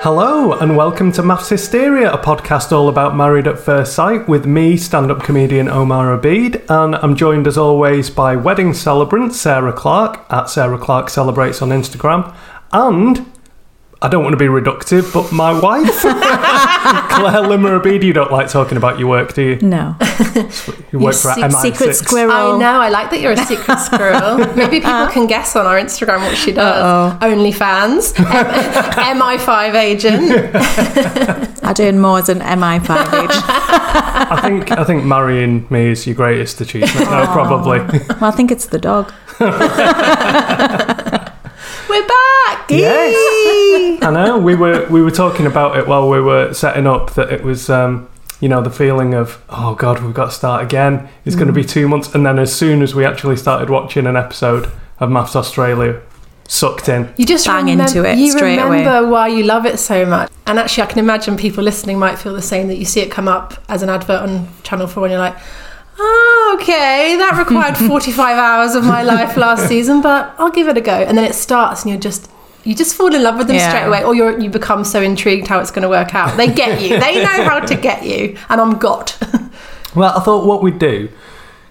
Hello, and welcome to Maths Hysteria, a podcast all about married at first sight with me, stand up comedian Omar Abid, and I'm joined as always by wedding celebrant Sarah Clark at Sarah Clark Celebrates on Instagram, and I don't want to be reductive, but my wife, Claire Limmer Abid. You don't like talking about your work, do you? No. You work se- for MI6. secret squirrel. I know. I like that you're a secret squirrel. Maybe people can guess on our Instagram what she does. Only fans, M- MI5 agent. I doing more as an MI5 I think I think marrying me is your greatest achievement. No, probably. agent. Well, I think it's the dog. We're back. Yes, I know. We were we were talking about it while we were setting up that it was, um, you know, the feeling of oh god, we've got to start again. It's going to be two months, and then as soon as we actually started watching an episode of Maths Australia, sucked in. You just Bang remember, into it you straight away. remember why you love it so much. And actually, I can imagine people listening might feel the same that you see it come up as an advert on Channel 4 and you're like, oh, okay, that required 45 hours of my life last season, but I'll give it a go. And then it starts and you're just. You just fall in love with them Yeah. straight away, or you're, you become so intrigued how it's going to work out. They get you. They know how to get you, and I'm got. Well, I thought what we'd do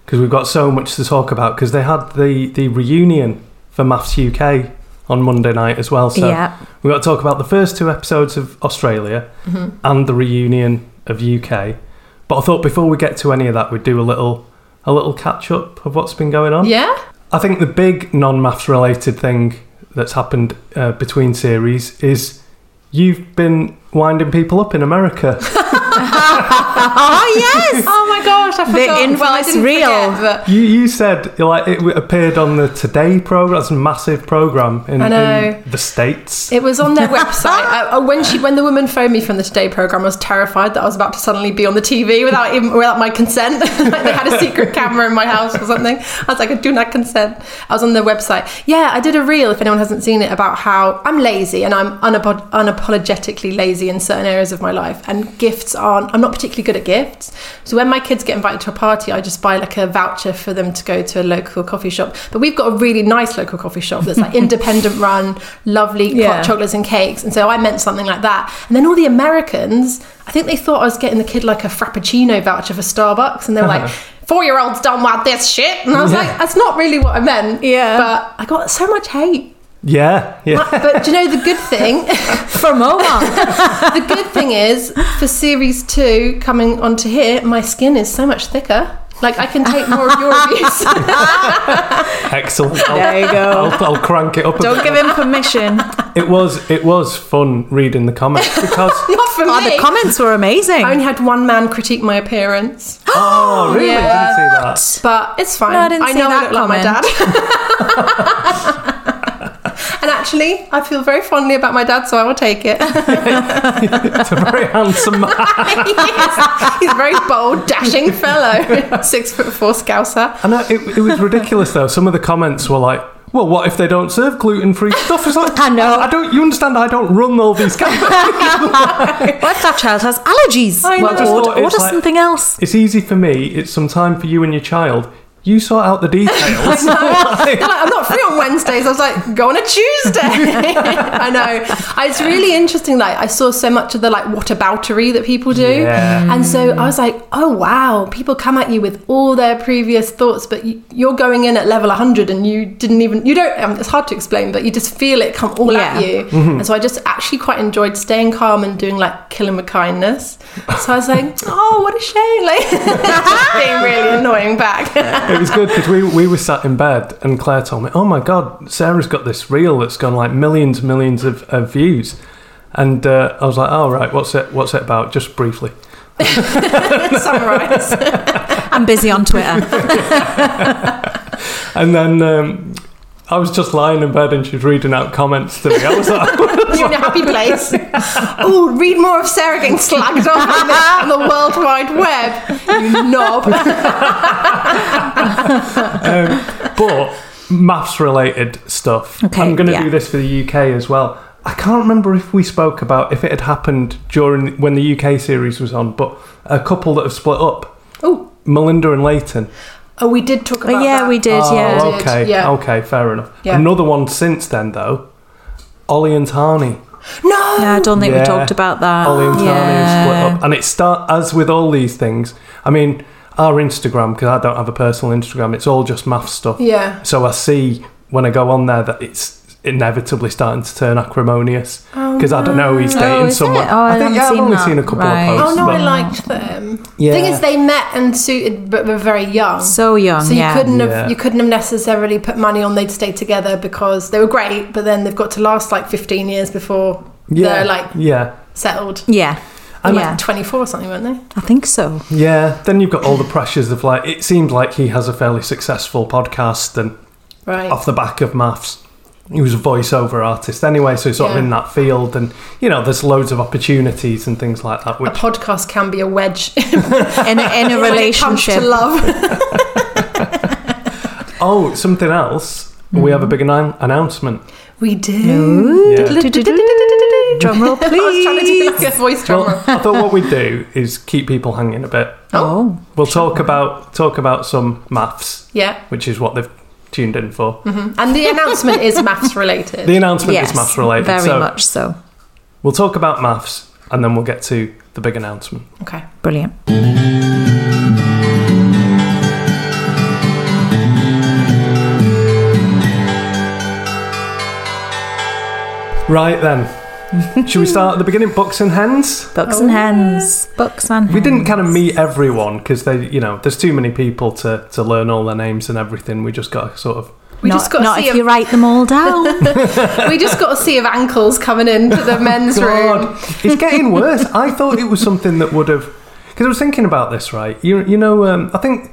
because we've got so much to talk about because they had the the reunion for Maths UK on Monday night as well. So Yeah. we've got to talk about the first two episodes of Australia and the reunion of UK. But I thought before we get to any of that, we'd do a little a little catch up of what's been going on. yeah, I think the big non maths related thing that's happened uh, between series is you've been winding people up in America. Oh, yes! Oh my gosh, I The forgot. well, I infamous didn't reel. Forget, but You you said like it appeared on the Today program. That's a massive program in, I know. in the states. it was on their website. I, I- Uh, when she, when the woman phoned me from the Today program, I was terrified that I was about to suddenly be on the TV without even without my consent. like they had a secret camera in my house or something. I was like, I do not consent. I was on their website. Yeah, I did a reel. If anyone hasn't seen it, about how I'm lazy and I'm unapo- unapologetically lazy in certain areas of my life. And gifts aren't. I'm not particularly good at gifts. So when my kids get invited to a party, I just buy like a voucher for them to go to a local coffee shop. But we've got a really nice local coffee shop that's like independent run, lovely co- Yeah. chocolates and cakes. And so I meant something like that. And then all the Americans, I think they thought I was getting the kid like a Frappuccino voucher for Starbucks. And they were like, four year olds don't want this shit. And I was like, that's not really what I meant. Yeah. But I got so much hate. yeah, yeah. But do you know the good thing? From Omar. the good thing is for series two coming onto here, my skin is so much thicker. Like I can take more of your abuse. Excellent. I'll, There you go. I'll, I'll crank it up. a Don't bit. give him permission. It was it was fun reading the comments because Not for Oh, me. the comments were amazing. I only had one man critique my appearance, oh really Yeah. didn't see that. but it's fine. No, I didn't see know I that look like my dad. and actually, I feel very fondly about my dad, so I will take it. It's a very handsome man. He is. He's a very bold, dashing fellow. Six foot four scouser. And I, it, it was ridiculous though. Some of the comments were like, "Well, what if they don't serve gluten free stuff?" It's like I know. I don't. You understand? I don't run all these campaigns. What if that child has allergies? I know. Well, Just thought order, it's order like- something else. it's easy for me. It's some time for you and your child. You sort out the details. They're like, I'm not free on Wednesdays. I was like, go on a Tuesday. I know. I- It's really interesting. Like, I saw so much of the like whataboutery that people do, Yeah. and so I was like, oh wow, people come at you with all their previous thoughts, but you, you're going in at level 100 and you didn't even you don't. Um, it's hard to explain, but you just feel it come all Yeah. at you. And so I just actually quite enjoyed staying calm and doing like killing with kindness. So I was like, oh, what a shame, like just being really annoying back. it was good because we, we were sat in bed and Claire told me, "Oh my god, Sarah's got this reel that's gone like millions, millions of, of views," and uh, I was like, "Oh right, what's it? What's it about?" Just briefly. Summarize. I'm busy on Twitter. And then um, I was just lying in bed and she was reading out comments to me. I was like, You're in a happy place. Oh, read more of Sarah getting slagged off on the, on the World Wide Web. You knob. Um, but maths related stuff. Okay, I'm going to yeah. do this for the UK as well. I can't remember if we spoke about if it had happened during when the UK series was on, but a couple that have split up, Oh, Melinda and Leighton. oh, we did talk about But yeah, that. we did. yeah. Oh, okay, yeah. okay, fair enough. Yeah. Another one since then though, Ollie and Tarney. No. No, I don't think Yeah. we talked about that. Ollie and Tony yeah. have split up. And it start as with all these things. I mean, our Instagram because I don't have a personal Instagram. It's all just math stuff. Yeah. So I see when I go on there that it's inevitably starting to turn acrimonious because I don't know he's no. dating Oh, is someone. it? Oh, I haven't think yeah, I've seen only that. seen a couple Right. of Oh posts. no, I but- liked them. Yeah. The thing is, they met and suited, but were very young. So young, So you yeah. couldn't Yeah. have you couldn't have necessarily put money on they'd stay together because they were great, but then they've got to last like 15 years before yeah, they're like yeah, settled. Yeah. They were, yeah. Like 24 or something, weren't they? I think so. yeah. Then you've got all the pressures of like it seems like he has a fairly successful podcast and Right. off the back of maths. He was a voiceover artist anyway, so he's sort Yeah. of in that field, and you know, there's loads of opportunities and things like that. a Which podcast can be a wedge In a, in a when it comes relationship. to love. oh, something else. We Mm. have a big annou- announcement. We do. Yeah. Drum roll, I was trying to do please. like a voice Well, drama. I thought what we'd do is keep people hanging a bit. Oh, We'll talk about talk about some maths, Yeah. which is what they've tuned in for. And the announcement is maths related. The announcement Mm-hmm. yes. is maths related, Very so much so. we'll talk about maths, and then we'll get to the big announcement. okay. Brilliant. Right then, should we start at the beginning? Books and hands. Books and hands. Books and We hands. didn't kind of meet everyone because they, you know, there's too many people to, to learn all their names and everything. We just got to sort of. We not, just got not to see if if you write them all down. we just got to see of ankles coming into the men's room. it's getting worse. I thought it was something that would have. Because I was thinking about this, right? You you know, um, I think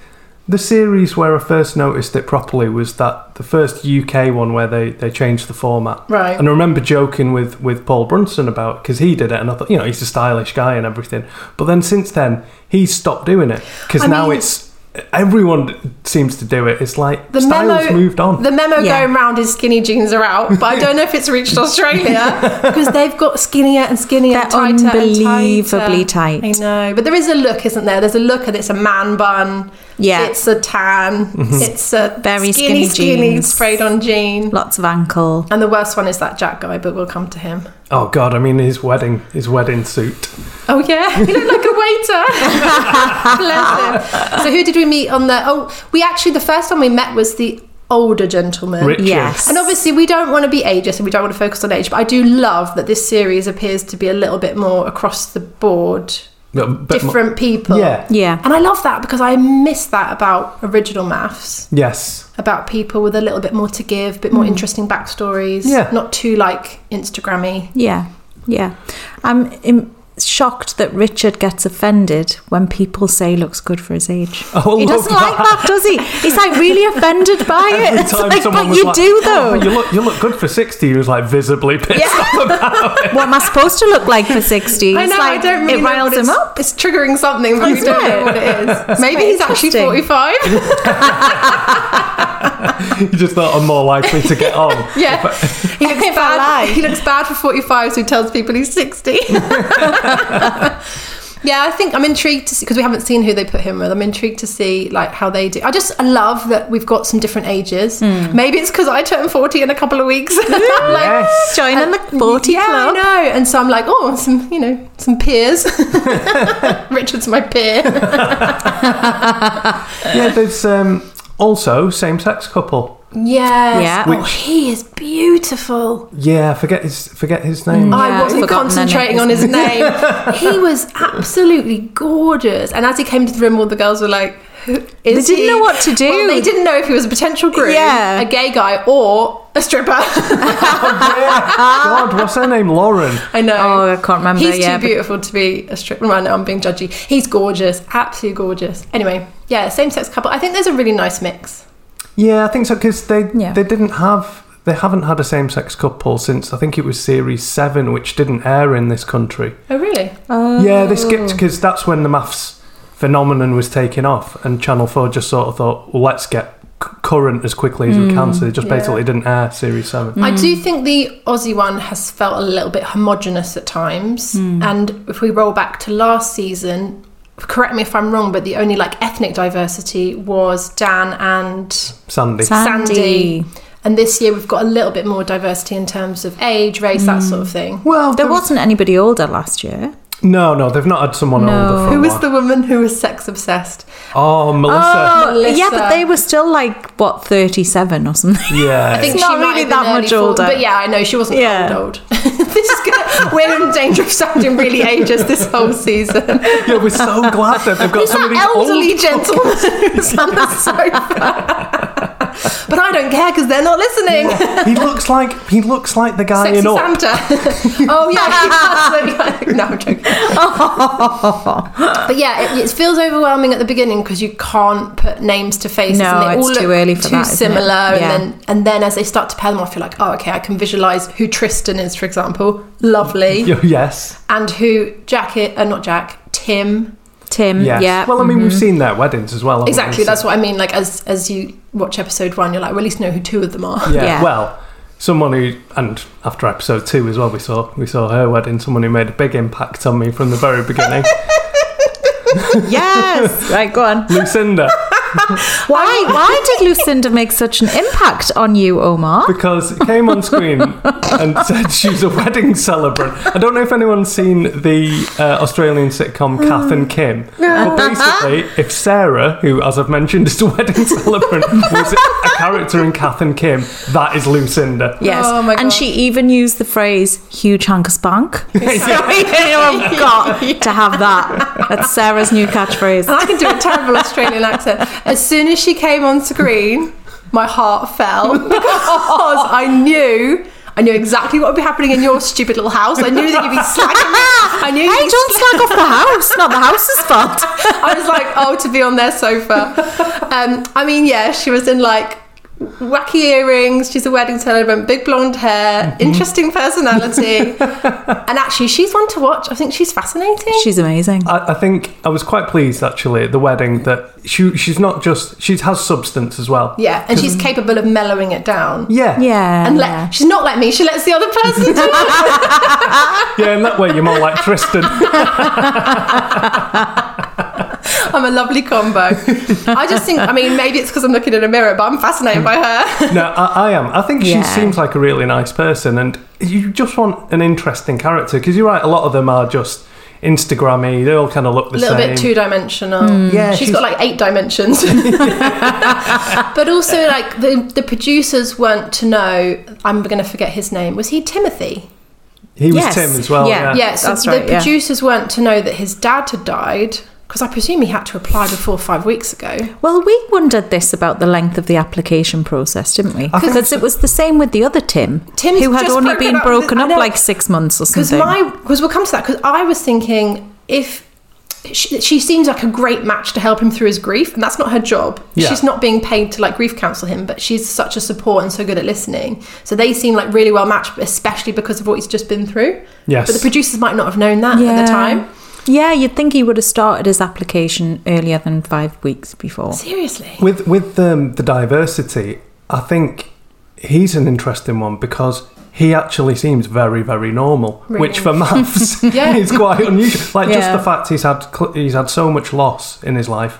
the series where I first noticed it properly was that the first UK one where they, they changed the format. Right. And I remember joking with, with Paul Brunson about because he did it, and I thought, you know, he's a stylish guy and everything. But then since then, he's stopped doing it because I now mean- it's everyone seems to do it. It's like the style's moved on. The memo Yeah. going round is skinny jeans are out, but I don't know if it's reached Australia because they've got skinnier and skinnier, and They're tighter and unbelievably tighter. tight. I know, but there is a look, isn't there? There's a look, and it's a man bun. Yeah. it's a tan. Mm-hmm. It's a Very skinny, skinny skinny jeans. sprayed on jean. Lots of ankle. And the worst one is that Jack guy, but we'll come to him. oh God! I mean, his wedding, his wedding suit. Oh yeah, you look like a waiter. Bless him. So who did we meet on the? Oh, we actually the first one we met was the older gentleman. Richard. Yes. And obviously, we don't want to be ageist and we don't want to focus on age, but I do love that this series appears to be a little bit more across the board A bit more- different people. Yeah. Yeah. And I love that because I miss that about original maths, Yes. about people with a little bit more to give, a bit more interesting backstories, Hmm. Yeah. not too like Instagrammy. Yeah. Yeah. I'm im- shocked that Richard gets offended when people say looks good for his age. Oh, he look doesn't like that, does he? He's like really offended by it. Every It's time like, someone but was you like, do though. "Oh, you look, you look good for 60, he was like visibly pissed off about it. what am I supposed to look like for 60? I It's know, like, I don't really It know riles what him it's- up. It's triggering something, but we Isn't don't it? know what it is. Maybe quite he's actually interesting. 45. You just thought I'm more likely to get on. yeah. He looks, If I bad. lie. he looks bad for 45, so he tells people he's 60. yeah, I think I'm intrigued to see, because we haven't seen who they put him with. I'm intrigued to see like how they do. I just I love that we've got some different ages. Hmm. Maybe it's because I turn 40 in a couple of weeks. I'm like, Yes. Joining the 40 yeah, club. I know. And so I'm like, oh, some, you know, some peers. Richard's my peer. Yeah, there's um, also same sex couple. Yes. Yeah. Oh, he is beautiful. Yeah, forget his forget Mm. his name. Yeah, I I've wasn't forgotten their concentrating on his name. he was absolutely gorgeous. And as he came to the room, all the girls were like, Who is They didn't know what to do. Well, they didn't know if he was a potential groom, Yeah. a gay guy, or a stripper. God, what's her name? Lauren. I know. Oh, I can't remember, He's yeah, but- too beautiful to be a stripper. Well, I know I'm being judgy. He's gorgeous, absolutely gorgeous. Anyway, yeah, same sex couple. I think there's a really nice mix. Yeah, I think so because they Yeah. they didn't have they haven't had a same sex couple since I think it was series seven, which didn't air in this country. Oh, really? Yeah, Oh. they skipped because that's when the maths phenomenon was taking off, and Channel Four just sort of thought, well, let's get c- current as quickly as we can. So they just Mm, Yeah. Mm. basically didn't air series seven. I do think the Aussie one has felt a little bit homogenous at times. And if we roll back to last season, correct me if I'm wrong, but the only like ethnic diversity was Dan and Sandy. Sa- Sandy. Sandy. And this year we've got a little bit more diversity in terms of age, race, that sort of thing. well, There wasn't anybody older last year. no, no, they've not had someone No. older. For Who a was while. the woman who was sex obsessed? Oh, Melissa. Melissa. yeah, but they were still like, what, 37 or something? Yeah, Oh. I think It's she not might really have that been early much 40s, older. But yeah, I know she wasn't Yeah. old. old. this is gonna, we're in danger of sounding really ageist this whole season. yeah, we're so glad that they've got He's some of that these elderly old. gentleman who's on the sofa. but I don't care because they're not listening. He looks like he looks like the guy Sexy in Up. Santa. oh yeah, he does look like- no, I'm joking. but yeah, it, it feels overwhelming at the beginning because you can't put names to faces. No, and they it's all too look early for too that, isn't it? similar, Yeah. and then and then as they start to pair them off, you're like, oh okay, I can visualize who Tristan is, for example, lovely, Yeah, Yes. and who Jack, i- uh, not Jack, Tim. Tim, Yes. yeah. Well, I mean, we've seen their weddings as well. haven't we? Exactly, So- that's what I mean. Like as as you watch episode one, you're like, well, at least know who two of them are. Yeah. Yeah. Well, someone who, and after episode two as well, we saw we saw her wedding. Someone who made a big impact on me from the very beginning, yes. Right, go on. Lucinda, Why, why did Lucinda make such an impact on you, Omar? because it came on screen and said she's a wedding celebrant. I don't know if anyone's seen the uh, Australian sitcom Kath and Kim, but basically, if Sarah, who as I've mentioned is a wedding celebrant, was a character in Kath and Kim, that is Lucinda. Yes. Oh my and God. she even used the phrase huge hunk of spunk. so you've got to have that. That's Sarah's new catchphrase. And I can do a terrible Australian accent. As soon as she came on screen, my heart fell because I knew. I knew exactly what would be happening in your stupid little house. I knew that you'd be slacking. I knew. Hey, you'd be don't slag off the house. Not the house's fault. I was like, oh, to be on their sofa. Um, I mean, yeah, she was in like wacky earrings. She's a wedding celebrant, big blonde hair, Mm-hmm. interesting personality, and actually, she's one to watch. I think she's fascinating. She's amazing. I, I think I was quite pleased actually at the wedding that she she's not just she has substance as well. yeah, and she's capable of mellowing it down. Yeah. Yeah. and let, she's not like me. She lets the other person do it. Yeah, in that way you're more like Tristan. I'm a lovely combo. I just think, I mean, maybe it's because I'm looking in a mirror, but I'm fascinated by her. No, I, I am. I think she Yeah. seems like a really nice person and you just want an interesting character because you're right, a lot of them are just Instagrammy, they all kind of look the A little same. Mm. bit two dimensional. Yeah, she's got like eight dimensions. but also, like the the producers weren't to know. I'm going to forget his name. Was he Timothy? He was Yes. Tim as well. Yeah. Yeah. Yeah, so That's the right, yeah. producers weren't to know that his dad had died because I presume he had to apply before five weeks ago. Well, we wondered this about the length of the application process, didn't we? think Because so. it was the same with the other Tim, Tim's who had just only broken been up with- broken I up know. like six months or Because something. my because we'll come to that because I was thinking if she, she seems like a great match to help him through his grief and that's not her job. Yeah. She's not being paid to like grief counsel him, but she's such a support and so good at listening. So they seem like really well matched, especially because of what he's just been through. Yes. But the producers might not have known that at the time. Yeah, you'd think he would have started his application earlier than five weeks before. Seriously. With with um, the the diversity, I think he's an interesting one because he actually seems very very normal, which for maths Yeah. is quite unusual. Like just Yeah. the fact he's had cl- he's had so much loss in his life,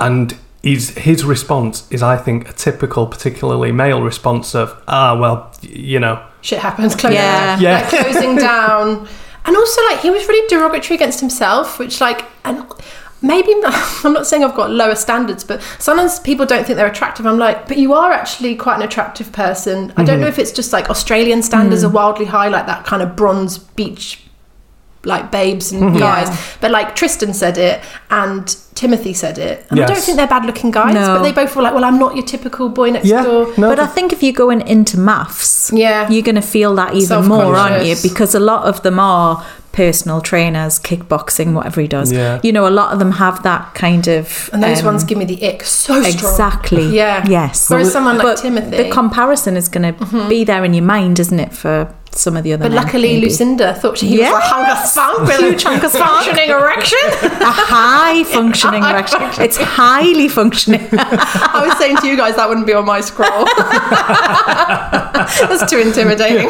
and he's, his response is, I think, a typical, particularly male response of ah well, y- you know, shit happens closing, Yeah. yeah. Yeah. closing down and also like he was really derogatory against himself which like and maybe i'm not saying i've got lower standards but sometimes people don't think they're attractive i'm like but you are actually quite an attractive person i Mm-hmm. don't know if it's just like australian standards Mm. are wildly high like that kind of bronze beach like babes and Mm-hmm. guys but like tristan said it and timothy said it and i don't Yes. think they're bad looking guys No. but they both were like well i'm not your typical boy next yeah, door no, But I think if you're going into maths, Yeah. you're going to feel that even more, aren't you? Self-conscious. Because a lot of them are personal trainers, kickboxing, whatever he does. Yeah. You know, a lot of them have that kind of. and those um, ones give me the ick so strong Exactly. Yeah. Yes. Whereas someone like but Timothy- Mm-hmm. The comparison is going to be there in your mind, isn't it, for some of the other But men, luckily, maybe. Lucinda thought she was Yes. a hunger spunk with Huge hunk of spunk. functioning erection. A high functioning High erection. It's highly functioning. I was saying to you guys that wouldn't be on my scroll. That's too intimidating.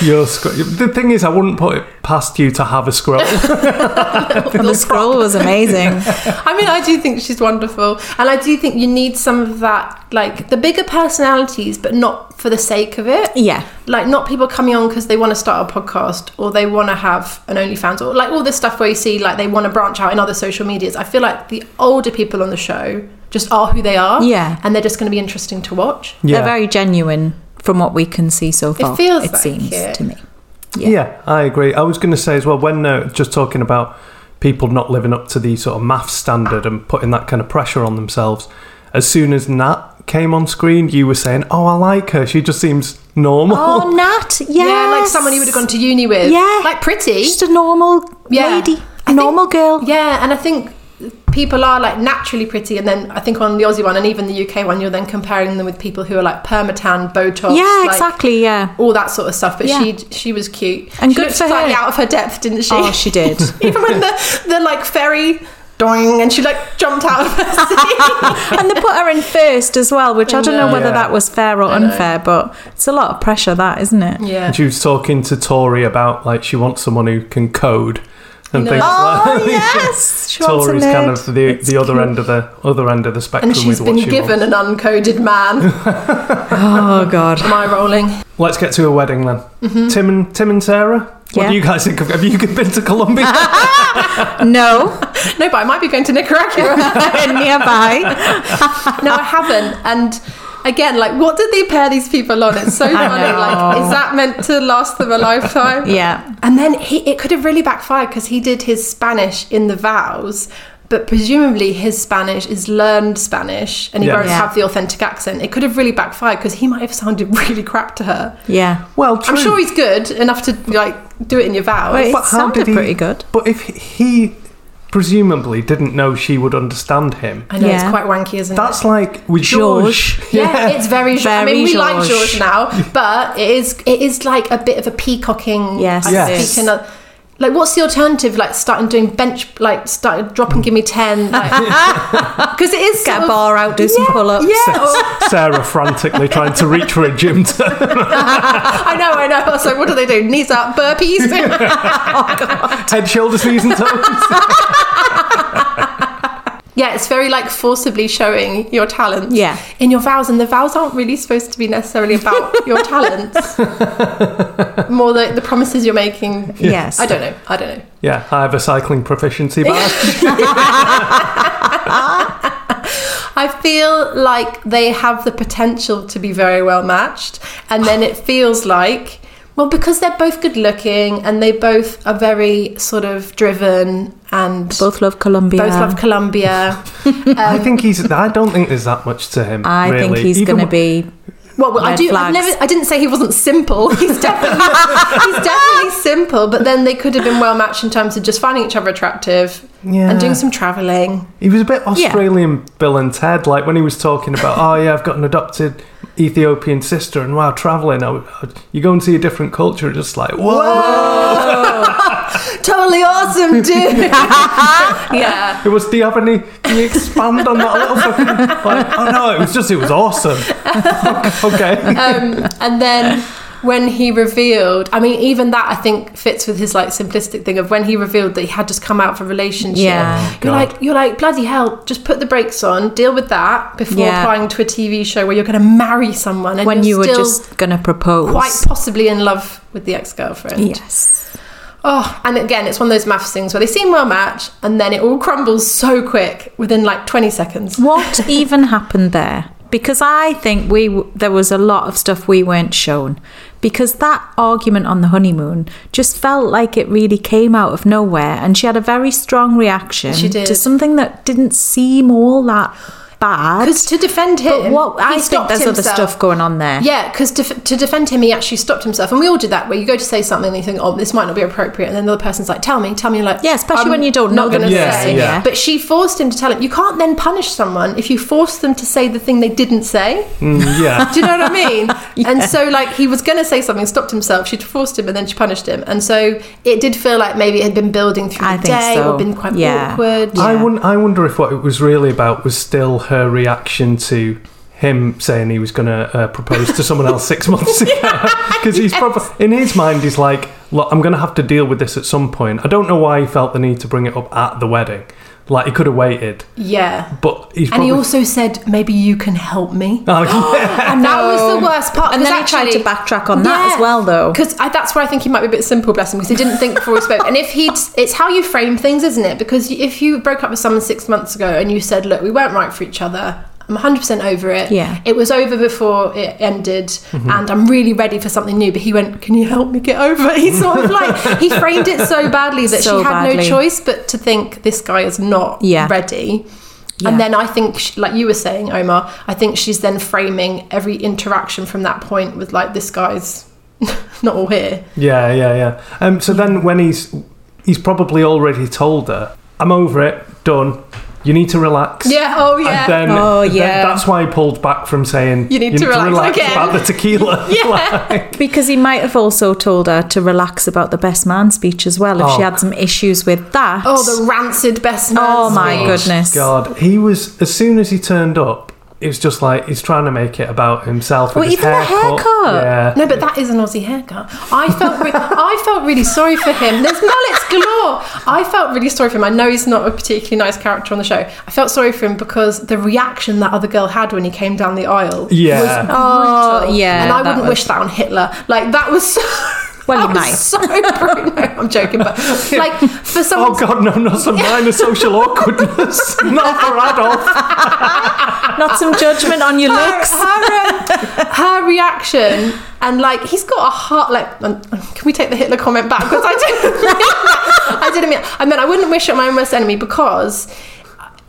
your scr- the thing is, I wouldn't put it past you to have a scroll. and the scroll was amazing. I mean, I do think she's wonderful, and I do think you need some of that, like the bigger personalities, but not for the sake of it. Yeah. like not people coming on because they want to start a podcast or they want to have an OnlyFans or like all this stuff where you see like they want to branch out in other social medias. I feel like the older people on the show just are who they are. Yeah. and they're just going to be interesting to watch. yeah, They're very genuine from what we can see so far. feels it like seems it. to me. Yeah. I agree. I was going to say as well when uh, just talking about people not living up to the sort of math standard and putting that kind of pressure on themselves. As soon as Nat came on screen, you were saying, "Oh, I like her. She just seems normal." Oh, Nat. Yes. Yeah, like someone you would have gone to uni with. Yeah. like pretty. Just a normal Yeah. lady, I a think- normal girl. Yeah, and I think people are like naturally pretty, and then I think on the Aussie one and even the UK one, you're then comparing them with people who are like permatan, Botox. Yeah, like, exactly. Yeah. All that sort of stuff, but Yeah. she she was cute And she good looked for her. slightly out of her depth, didn't she? Oh, she did. Even when the, the like ferry doing and she like jumped out of her seat. and they put her in first as well, which I, don't know, know. whether Yeah. that was fair or unfair, but it's a lot of pressure, that isn't it? yeah. And she was talking to Tori about like she wants someone who can code and things like Oh yes, she wants a Tori's kind of nerd. the It's the other cute. end of the other end of the spectrum And she's with been what she given wants. an uncoded man. Oh god. Am I rolling? Let's get to a wedding then. Tim and Tim and Sarah. What Mm-hmm. Yeah. do you guys think of? Have you been to Colombia? No, No, but I might be going to Nicaragua. nearby. no, I haven't. And again, like, what did they pair these people on? It's so funny. Like, is that meant to last them a lifetime? Yeah. And then he, it could have really backfired because he did his Spanish in the vows, but presumably his Spanish is learned Spanish and he Yeah. won't Yeah. have the authentic accent. It could have really backfired because he might have sounded really crap to her. Yeah. well, true. I'm sure he's good enough to like do it in your vows. Wait. It But how did sounded he, pretty good. But if he presumably didn't know she would understand him, I know it's Yeah. quite wanky, isn't it? that's like with George. George. Yeah, it's very. George. I Very mean, we like George. George now, but it is it is like a bit of a peacocking. Yes, like, Yes. it is. speaking of- like, what's the alternative? Like, starting doing bench, like, start drop and give me ten, because it is Get sort a of- bar out, do some Yeah, pull-ups. Yeah, or- Sarah frantically trying to reach for a gym. To, I know, I know. I was like, what do they do? Knees up, burpees. head, shoulders, knees, and toes. yeah, it's very like forcibly showing your talents. Yeah. in your vows, and the vows aren't really supposed to be necessarily about your talents, more the, the promises you're making. Yes. I don't know. I don't know. Yeah, I have a cycling proficiency bar. I feel like they have the potential to be very well matched, and then it feels like Well, because they're both good looking and they both are very sort of driven and both, Both love Colombia. love Colombia. I think he's. I don't think there's that much to him. I really. think he's Even going to wh- be. Well, well I Red do. I've flags. never. I didn't say he wasn't simple. He's definitely he's definitely simple. But then they could have been well matched in terms of just finding each other attractive Yeah. and doing some traveling. He was a bit Australian Bill and Ted, like when he was talking about, oh yeah, I've got an adopted Ethiopian sister, and while traveling, I, I, you go and see a different culture, just like whoa. Totally awesome, dude. yeah. It was. Do you have any? Can you expand on that a little? Fucking, like, oh no, it was just. It was awesome. okay. um, and then when he revealed, I mean, even that I think fits with his like simplistic thing of when he revealed that he had just come out of a relationship. Yeah. Oh, you're God. like, you're like, bloody hell, just put the brakes on, deal with that before Yeah. applying to a TV show where you're going to marry someone and When you're you were still just going to propose. quite possibly in love with the ex girlfriend. Yes. Oh, and again, it's one of those maths things where they seem well matched and then it all crumbles so quick within like 20 seconds. What even happened there? Because I think we w- there was a lot of stuff we weren't shown. Because that argument on the honeymoon just felt like it really came out of nowhere, and she had a very strong reaction She did. to something that didn't seem all that bad. Because to defend him, But what he I think stopped there's other himself. stuff going on there. Yeah, because to, to defend him, he actually stopped himself, and we all did that. Where you go to say something, and you think, "Oh, this might not be appropriate," and then the other person's like, "Tell me, tell me." You're Like, Yeah, especially "I'm when you don't know not them gonna Yeah, say. yeah. But she forced him to tell him. You can't then punish someone if you force them to say the thing they didn't say. Mm, yeah. Do you know what I mean? And so, like, he was going to say something, stopped himself. She'd forced him, and then she punished him. And so, it did feel like maybe it had been building through I the think day, so. or been quite Yeah. awkward. I, won- I wonder if what it was really about was still her reaction to him saying he was going to uh, propose to someone else six months ago. Because he's probably, in his mind, he's like, look, I'm going to have to deal with this at some point. I don't know why he felt the need to bring it up at the wedding. Like, he could have waited. Yeah. But he's And probably. he also said, "Maybe you can help me." Oh, yeah. And that was the worst part. And then he tried to backtrack on that as well, though. Because that's where I think he might be a bit simple, bless him, because he didn't think before he spoke. And if he, it's how you frame things, isn't it? Because if you broke up with someone six months ago and you said, look, we weren't right for each other. I'm 100% over it. Yeah. It was over before it ended, and I'm really ready for something new. But he went, Can you help me get over it? He sort of like, he framed it so badly that So she had badly. no choice but to think this guy is not Yeah. ready. Yeah. And then I think, sh like you were saying, Omar, I think she's then framing every interaction from that point with like this guy's not all here. Yeah, yeah, yeah. Um, so then when he's he's probably already told her, "I'm over it, done. You need to relax." Yeah. Oh yeah. And then, Oh, then yeah. that's why he pulled back from saying You need to relax again." about the tequila. Like, Because he might have also told her to relax about the best man speech as well if Oh. she had some issues with that. oh, the rancid best man. Oh, my speech. goodness. God, he was as soon as he turned up, it was just like he's trying to make it about himself. with Well, his even the haircut. Yeah. No, but that is an Aussie haircut. I felt re- I felt really sorry for him. There's mullets galore. I felt really sorry for him. I know he's not a particularly nice character on the show. I felt sorry for him because the reaction that other girl had when he came down the aisle. Yeah. Oh, brutal. yeah. And I that wouldn't was- wish that on Hitler. Like that was so Well, you that was might. So brutal. I'm joking, but like for someone Oh God, no! Not some minor social awkwardness. Not for Adolf. Not some judgment on your her, looks. her, um, her reaction and like he's got a heart like um, can we take the Hitler comment back because I didn't mean that. I didn't mean I meant I wouldn't wish it on my own worst enemy because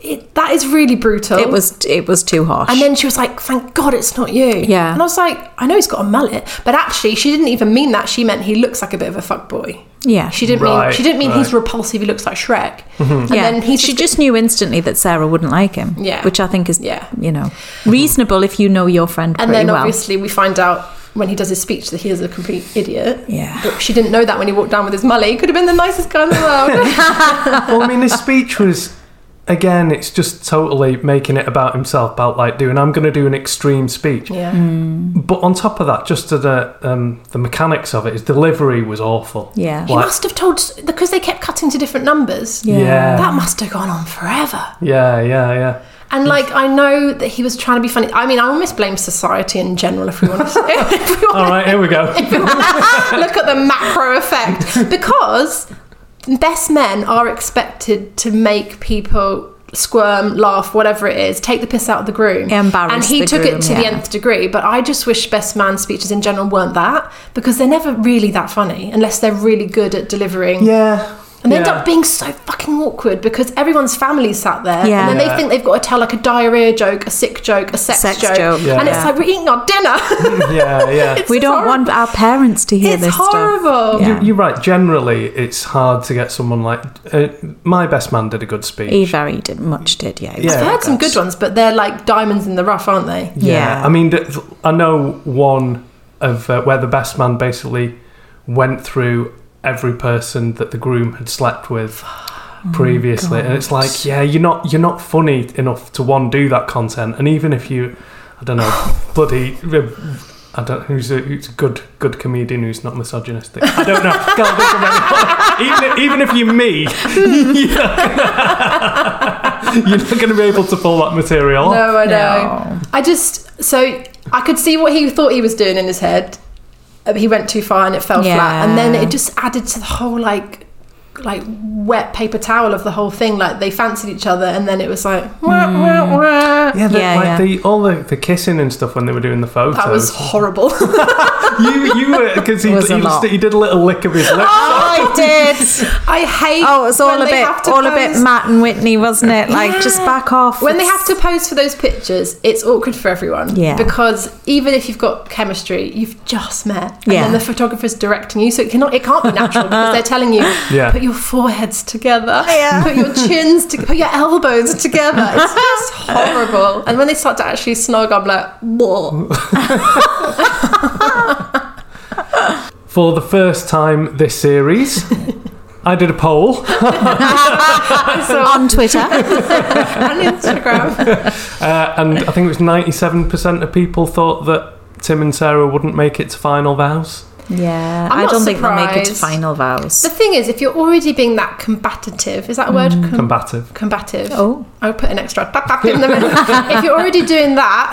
it, that is really brutal It was it was too harsh. and then she was like thank god it's not you Yeah. and I was like I know he's got a mullet but actually she didn't even mean that she meant he looks like a bit of a fuck boy yeah. she didn't Right, mean she didn't mean he's right. repulsive he looks like Shrek and Mm-hmm. yeah. then he's she just knew instantly that Sarah wouldn't like him. Yeah. Which I think is Yeah. you know reasonable if you know your friend And pretty then well. obviously we find out when he does his speech that he is a complete idiot. Yeah. But she didn't know that when he walked down with his mullet. He could have been the nicest guy in the world. Well, I mean, his speech was again. It's just totally making it about himself, about like doing. I'm going to do an extreme speech. yeah. Hmm. But on top of that, just to the um, the mechanics of it, his delivery was awful. Yeah. He must have told because they kept cutting to different numbers. Yeah. yeah, That must have gone on forever. yeah, yeah, yeah. And like I know that he was trying to be funny. I mean, I almost blame society in general if we want to. if we want All right, here we go. look at the macro effect because best men are expected to make people squirm, laugh, whatever it is, take the piss out of the groom. Embarrass and he the took groom, it to the yeah. nth degree. But I just wish best man speeches in general weren't that because they're never really that funny unless they're really good at delivering. Yeah. And they yeah. end up being so fucking awkward because everyone's family sat there, Yeah. and then Yeah. they think they've got to tell like a diarrhea joke, a sick joke, a sex, Sex joke, Yeah. and it's yeah. like we're eating our dinner. Yeah, yeah. we don't want our parents to hear It's this horrible. stuff. Yeah. You're right. Generally, it's hard to get someone like uh, my best man did a good speech. He very did, much did, yeah. Yeah. I've heard some that's- good ones, but they're like diamonds in the rough, aren't they? Yeah. I mean, th- I know one of uh, where the best man basically went through every person that the groom had slept with previously, and it's like, yeah, you're not you're not funny enough to one do that content, and even if you, I don't know, bloody. uh, I don't who's a, who's a good good comedian who's not misogynistic. I don't know. Can't think of anyone. Even, even if you're me, you're not going to be able to pull that Oh, material. off. No, I know. I just so I could see what he thought he was doing in his head. Uh, He went too far and it fell flat, and then Yeah. it just added to the whole like like wet paper towel of the whole thing. Like they fancied each other, and then it was like wah, wah, wah. Yeah, the, Hmm. Yeah, like yeah. the all the, the kissing and stuff when they were doing the photos. that was horrible. you you were because he, It was a he, lot. he did a little lick of his lips. I did. I hate. Oh, it's all when a they bit, have to all a bit pose- Matt and Whitney, wasn't it? Like, just back off. When they It's- have to pose for those pictures, it's awkward for everyone. Yeah. Because even if you've got chemistry, you've just met. And Yeah. then the photographer's directing you, so it cannot it can't be natural because they're telling you, Yeah. put your foreheads together, put your chins together, put your elbows together. It's just horrible. And when they start to actually snog, I'm like, whoa. For the first time this series, I did a poll. on Twitter. On Instagram. Uh, and I think it was 97% of people thought that Tim and Sarah wouldn't make it to Final Vows. yeah, I'm I not don't think they'll make it to surprised. final vows. The thing is, if you're already being that combative, is that a word? Mm, Com- Combative. combative. Oh. I would put an extra tap tap in the middle. if you're already doing that,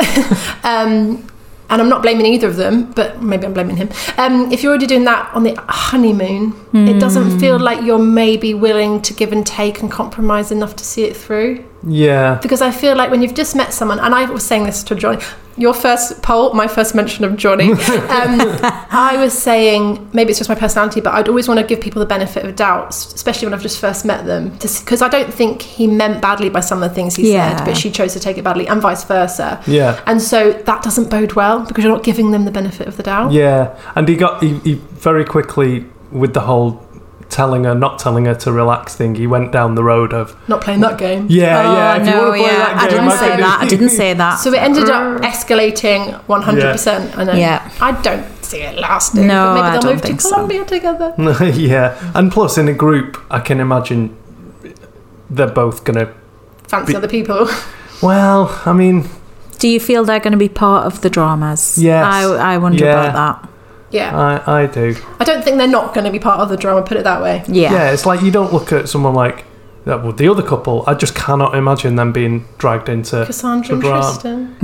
um, and I'm not blaming either of them, but maybe I'm blaming him. Um, if you're already doing that on the honeymoon, it doesn't feel like you're maybe willing to give and take and compromise enough to see it through. Yeah. Because I feel like when you've just met someone, and I was saying this to Johnny, your first poll, my first mention of Johnny, um, I was saying maybe it's just my personality, but I'd always want to give people the benefit of doubt, s- especially when I've just first met them, because I don't think he meant badly by some of the things he Yeah. said, but she chose to take it badly, and vice versa. Yeah. And so that doesn't bode well because you're not giving them the benefit of the doubt. Yeah. And he got he, he very quickly with the whole telling her not telling her to relax thing. He went down the road of Not playing that game. yeah oh yeah. If you no, want to play yeah. that game, I didn't I say can that. I do- didn't say that. So it ended up escalating 100%. And then Yeah. I don't see it lasting. No, but maybe I they'll don't move think to so. Colombia together. yeah, and plus in a group, I can imagine they're both gonna. fancy other people. Well, I mean, Do you feel they're going to be part of the dramas? Yes. I, I wonder Yeah. about Yeah. I I do. I don't think they're not going to be part of the drama, put it that way. that. Yeah. Yeah, it's like you don't look at someone like that. Well, the other couple, I just cannot imagine them being dragged into Cassandra and the drama. Tristan.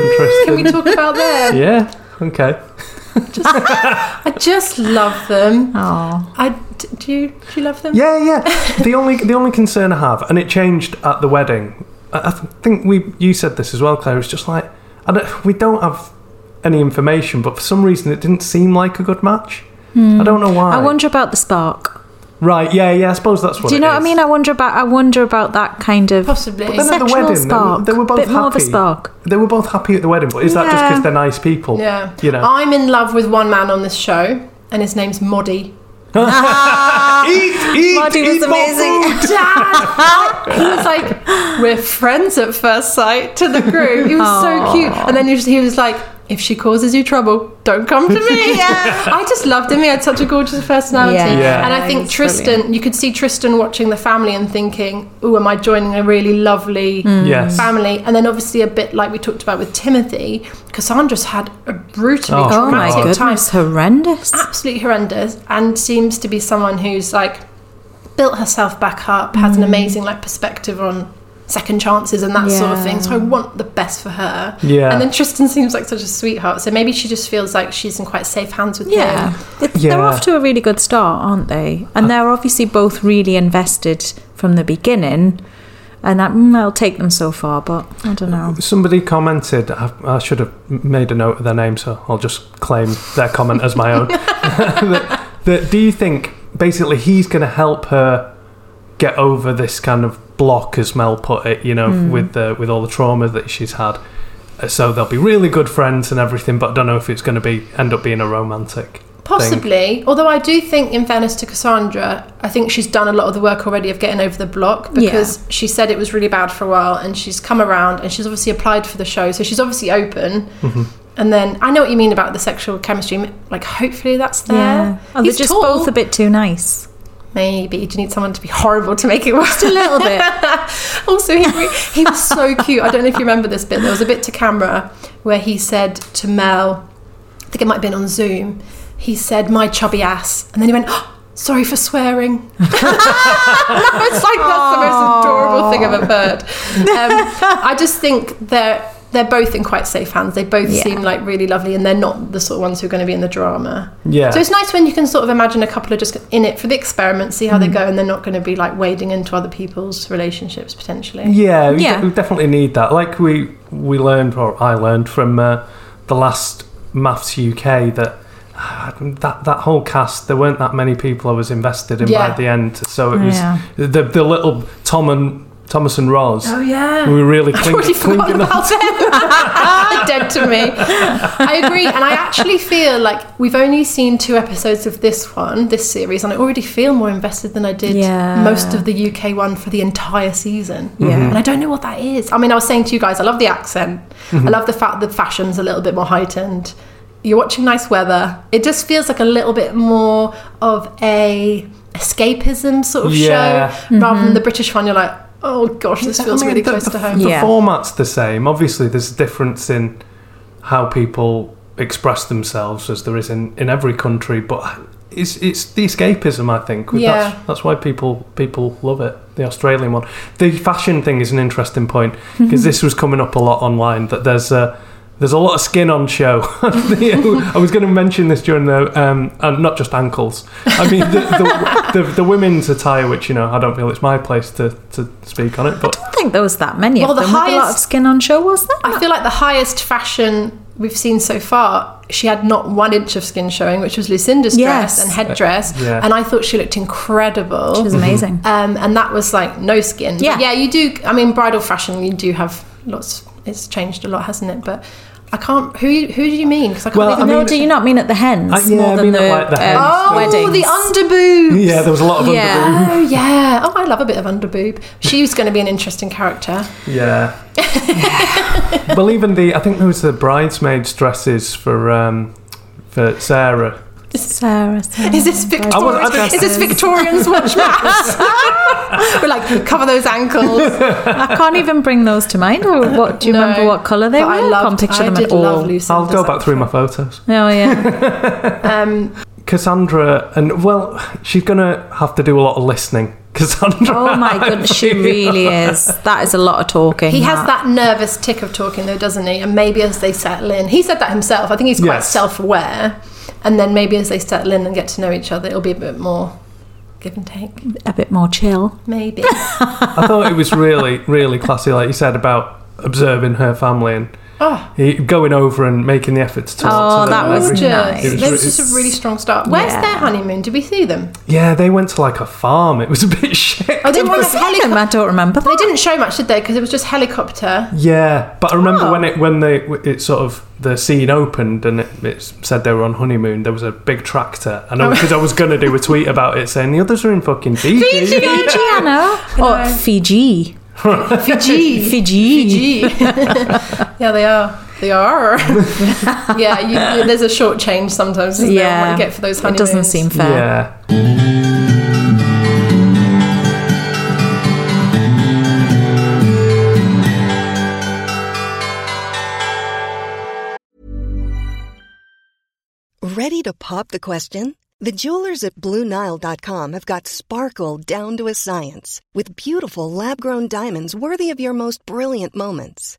and Tristan. Can we talk about them? yeah. Okay. I just love them. Oh. I d- do you do you love them? Yeah, yeah. the only the only concern I have, and it changed at the wedding. I, I th- think we you said this as well, Claire. It's just like I don't, we don't have any information, but for some reason it didn't seem like a good match. I don't know why. I wonder about the spark. Right, yeah, yeah, I suppose that's what Do you it know what I is. mean? I wonder about I wonder about that kind of Possibly. But then at the sexual wedding, they were- spark. they were both bit more of a happy. spark. They were both happy at the wedding, but is that just Yeah. because they're nice people? Yeah. You know? I'm in love with one man on this show, and his name's Moddy. eat, eat, Marty was eat more amazing. food. Dad! I- he was like, We're friends at first sight to the group. He was so cute. And then he was- he was like, If she causes you trouble, don't come to me. I just loved him. He had such a gorgeous personality. Yeah. Yeah. And I think He's Tristan, brilliant. you could see Tristan watching the family and thinking, Oh, am I joining a really lovely Hmm. Yes. family? And then obviously, a bit like we talked about with Timothy, Cassandra's had a brutally Oh, Oh my traumatic goodness, time horrendous. absolutely horrendous and seems to be someone who's like built herself back up has Hmm. an amazing like perspective on second chances and that sort of thing Yeah. so i want the best for her Yeah. and then tristan seems like such a sweetheart so maybe she just feels like she's in quite safe hands with Yeah. him It- They're Yeah. off to a really good start, aren't they? And they're obviously both really invested from the beginning. And that, mm, I'll take them so far, but I don't know. Somebody commented, I, I should have made a note of their name, so I'll just claim their comment as my own. that, that do you think basically he's going to help her get over this kind of block, as Mel put it, you know, with the, with all the trauma that she's had? Uh, So they'll be really good friends and everything, but I don't know if it's going to be end up being a romantic. Possibly, although I do think, in fairness to Cassandra, I think she's done a lot of the work already of getting over the block because she said it was really bad for a while, and she's come around, and she's obviously applied for the show, so she's obviously open. Mm-hmm. And then I know what you mean about the sexual chemistry. Like, hopefully that's there. Yeah. Oh, they're He's just tall. both a bit too nice. Maybe do you need someone to be horrible to make it work? Just a little bit. also, he, re- he was so cute. I don't know if you remember this bit. There was a bit to camera where he said to Mel, I think it might have been on Zoom, he said, my chubby ass. And then he went, "Oh, sorry for swearing. it's like, that's the most adorable thing I've ever heard. Um, I just think they're, they're both in quite safe hands. They both Yeah. seem like really lovely and they're not the sort of ones who are going to be in the drama. Yeah. So it's nice when you can sort of imagine a couple are just in it for the experiment, see how they go, and they're not going to be like wading into other people's relationships potentially. Yeah, we, Yeah. we definitely need that. Like we we learned, or I learned from uh, the last Maths UK that ah, that that whole cast there weren't that many people I was invested in Yeah. by the end. So it was Yeah. the the little Tom and Thomas and Roz. Oh yeah. We were really I'd already clinging, forgotten clinging on. about them. Dead to me. I agree, and I actually feel like we've only seen two episodes of this one, this series, and I already feel more invested than I did Yeah. most of the UK one for the entire season. Yeah. Mhm. and I don't know what that is. I mean, I was saying to you guys, I love the accent. Mm-hmm. I love the fact that fashion's a little bit more heightened. You're watching nice weather. It just feels like a little bit more of a escapism sort of Yeah. show rather than the British one. You're like, oh gosh, this feels I mean, really the- close the- to home. The Yeah. format's the same. Obviously, there's a difference in how people express themselves, as there is in, in every country. But it's it's the escapism, I think. Yeah. That's, that's why people people love it. The Australian one. The fashion thing is an interesting point Mm-hmm. because this was coming up a lot online. That there's a there's a lot of skin on show. I was going to mention this during the um, and not just ankles. I mean the, the, the, the women's attire, which you know I don't feel it's my place to, to speak on it, but I think there was that many Well, of the them with a lot of highest- skin on show, was there? I feel like the highest fashion we've seen so far, she had not one inch of skin showing, which was Lucinda's Yes. dress and headdress. Uh, yeah. And I thought she looked incredible. It was amazing. um, and that was like no skin. But Yeah. yeah, you do. I mean, bridal fashion, you do have lots. It's changed a lot, hasn't it? But I can't. Who who do you mean? Because I can't Well, even I no, mean- do you not mean at the hens? I- yeah, more I than mean the, at, like, the hens. um, Oh, weddings. the underboob. Yeah, there was a lot of Yeah. underboob. Oh yeah. Oh, I love a bit of underboob. She was going to be an interesting character. Yeah. well, even the I think there was the bridesmaids' dresses for um, for Sarah. Sarah, Sarah. Is this I was- I Victorian? don't- Is this Victorian's watch maps? We're like cover those ankles. I can't even bring those to mind. Or what? Do you No. remember what colour they But were? I I can't loved. picture I them did at all. love Lucinda's I'll go back through my photos. Oh yeah, Um, Cassandra and well, she's gonna have to do a lot of listening. Cassandra. oh my I goodness, she feel. really is. That is a lot of talking. he has that nervous tick of talking, though, doesn't he? And maybe as they settle in, he said that himself. I think he's quite Yes. self-aware. And then maybe as they settle in and get to know each other, it'll be a bit more give and take. a bit more chill. Maybe. I thought it was really, really classy, like you said about observing her family and Oh. he- going over and making the effort to talk Oh, to them. that and was everything. nice. It was That was re- just a really strong start. Where's Yeah. their honeymoon? Did we see them? Yeah, they went to like a farm. It was a bit shit. Oh, they were on a What's that? helicopter. I don't remember. They that. didn't show much, did they? Because it was just helicopter. Yeah, but I remember Oh. when it when they it sort of the scene opened and it, it said they were on honeymoon. There was a big tractor, and I because I was gonna do a tweet about it saying the others are in fucking Fiji. Fiji, I know. Or Oh, Fiji. Fiji. Fiji. Fiji. yeah, they are. They are. yeah, you, you- there's a short change sometimes. Isn't yeah, there, Yeah. what you get for those it honeymoons. doesn't seem fair. Yeah, Ready to pop the question? The jewelers at BlueNile.com have got sparkle down to a science with beautiful lab grown diamonds worthy of your most brilliant moments.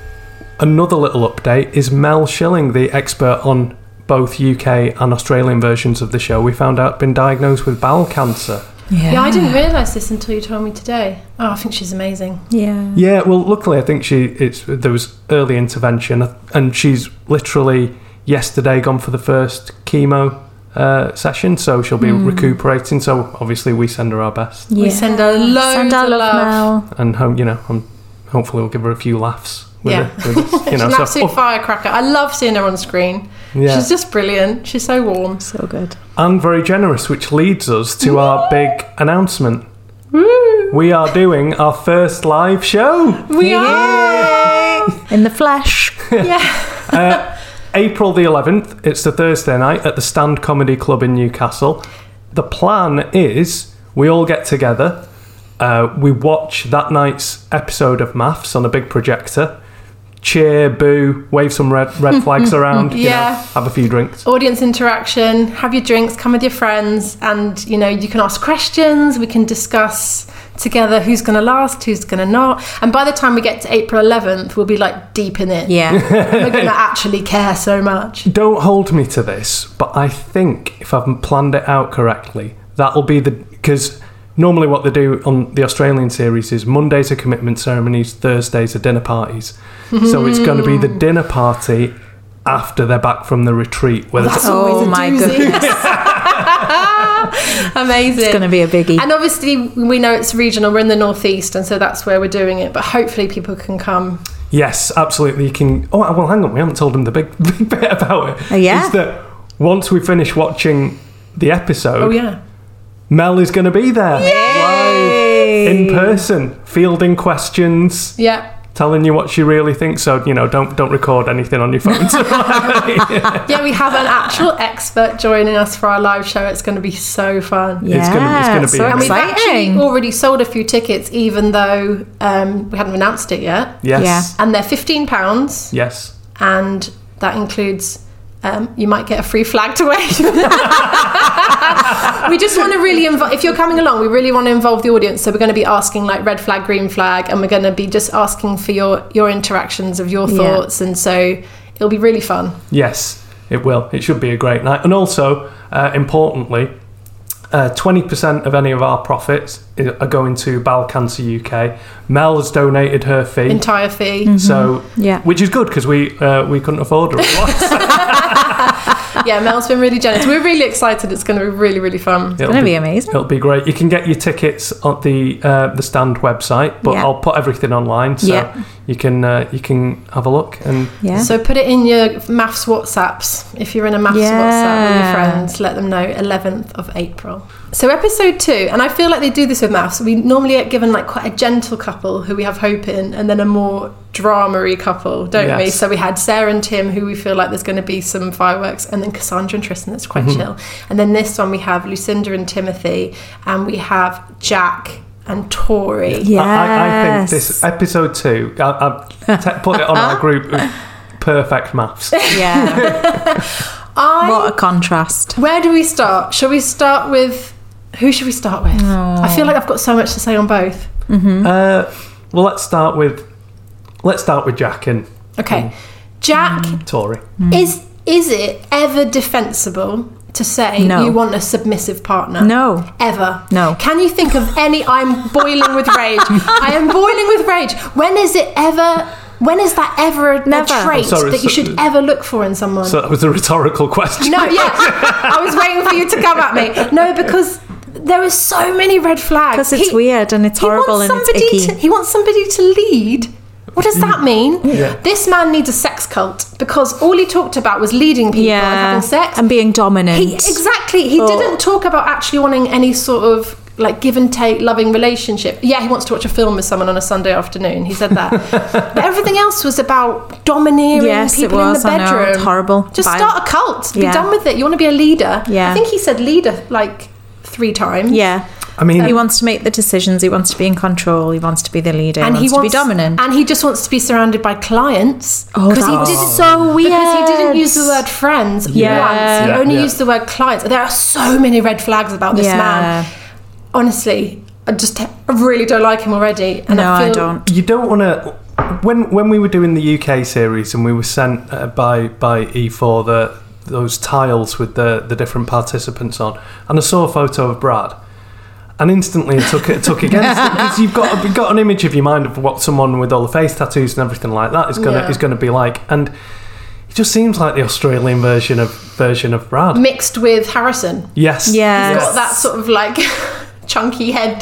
another little update is Mel Schilling, the expert on both UK and Australian versions of the show. We found out been diagnosed with bowel cancer. Yeah. I didn't realise this until you told me today. Oh, I think she's amazing. Yeah. Yeah, well, luckily I think she it's there was early intervention, uh, and she's literally yesterday gone for the first chemo uh, session, so she'll be Hmm. recuperating. So obviously we send her our best, We Yeah. send her loads Send our of love, love. Mel. and ho- you know, um hopefully we'll give her a few laughs. With Yeah. it, with us, you know, she's an so- absolute oh, firecracker. I love seeing her on screen. Yeah. She's just brilliant. She's so warm. So good. and very generous, which leads us to our big announcement. We are doing our first live show. We are. In the flesh. April the 11th, it's the Thursday night at the Stand Comedy Club in Newcastle. The plan is we all get together, uh, we watch that night's episode of Maths on a big projector, cheer, boo, wave some red, red flags around, you know, Yeah. have a few drinks. Audience interaction. Have your drinks. Come with your friends, and you know you can ask questions. We can discuss together who's going to last, who's going to not. And by the time we get to April 11th, we'll be like deep in it. Yeah. We're going to actually care so much. Don't hold me to this, but I think if I've planned it out correctly, that'll be the. Because normally what they do on the Australian series is Mondays are commitment ceremonies, Thursdays are dinner parties. So it's going to be the dinner party after they're back from the retreat. Where there's- oh my goodness. Amazing. It's going to be a biggie. And obviously, we know it's regional. We're in the northeast, and so that's where we're doing it. But hopefully, people can come. yes, absolutely. You can. Oh, well, hang on. We haven't told them the big, big bit about it. Oh, yeah? Is that once we finish watching the episode, Oh yeah, Mel is going to be there. Live, in person, fielding questions. yeah, telling you what she really thinks. So you know, don't don't record anything on your phone. yeah. We have an actual expert joining us for our live show. It's going to be so fun. yeah. it's gonna- it's gonna be so a- And we've exciting. actually already sold a few tickets, even though um, we hadn't announced it yet. yes, And they're fifteen pounds, yes. and that includes. Um, you might get a free flag to wave. we just want to really involve. If you're coming along, we really want to involve the audience. So we're going to be asking like red flag, green flag, and we're going to be just asking for your your interactions of your Yeah. thoughts. And so it'll be really fun. Mm. Yes, it will. It should be a great night. And also, uh, importantly, uh, twenty percent of any of our profits i- are going to Bowel Cancer UK. Mel has donated her fee. Entire fee. so Mm-hmm. Yeah. which is good because we uh, we couldn't afford it. Yeah, Mel's been really generous. We're really excited. It's going to be really really fun. It'll gonna be amazing. It'll be great. You can get your tickets at the uh, the stand website, but Yeah. I'll put everything online so Yeah. you can uh, you can have a look and Yeah. So put it in your maths WhatsApps. If you're in a maths Yeah. WhatsApp with your friends, let them know 11th of April. So episode two, and I feel like they do this with maths. We normally get given like quite a gentle couple who we have hope in, and then a more dramery couple, don't we? Yes. So we had Sarah and Tim, who we feel like there's going to be some fireworks, and then Cassandra and Tristan. That's Mm-hmm. quite chill. And then this one we have Lucinda and Timothy, and we have Jack and Tori. yes. I, I, I think this episode two. I, I've te- put it on our group. Perfect maths. Yeah. I what a contrast. Where do we start? Shall we start with who should we start Uh, with? Oh. I feel like I've got so much to say on both. Uh, well, let's start with let's start with Jack and Mm. Okay. Jack, Tori. is is it ever defensible to say No. you want a submissive partner? No. Ever. No. Can you think of any I'm boiling with rage. I am boiling with rage. When is it ever when is that ever a, a Never. trait Sorry, that you so- should ever look for in someone? So that was a rhetorical question. No, yeah. I was waiting for you to come at me. No, because There are so many red flags. 'Cause it's He- weird and it's he wants horrible and it's somebody icky. To, he wants somebody to lead. What does Mm. that mean? Yeah. This man needs a sex cult because all he talked about was leading people and having sex. and being dominant. He, exactly. He Oh. didn't talk about actually wanting any sort of like give and take loving relationship. Yeah, he wants to watch a film with someone on a Sunday afternoon. He said that. but everything else was about domineering Yes, it people was, in I the know. bedroom. It's horrible. Just Vile. start a cult. Be Yeah. done with it. You want to be a leader. Yeah. I think he said leader like three times. yeah. I mean, he wants to make the decisions. He wants to be in control. He wants to be the leader. And he wants, he wants to be dominant. And he just wants to be surrounded by clients. Oh, because that was he did so weird. Because he didn't use the word friends Yeah. once. He Yeah, only yeah. used the word clients. There are so many red flags about this Yeah. man. Honestly, I just I really don't like him already. And No, I, I feel don't. you don't want to. When when we were doing the UK series and we were sent uh, by by E4 the those tiles with the the different participants on, and I saw a photo of Brad, and instantly it took it took against him because you've got you've got an image of your mind of what someone with all the face tattoos and everything like that is gonna Yeah. is gonna be like, and it just seems like the Australian version of version of Brad. Mixed with Harrison. yes. Yeah. He's got that sort of like chunky head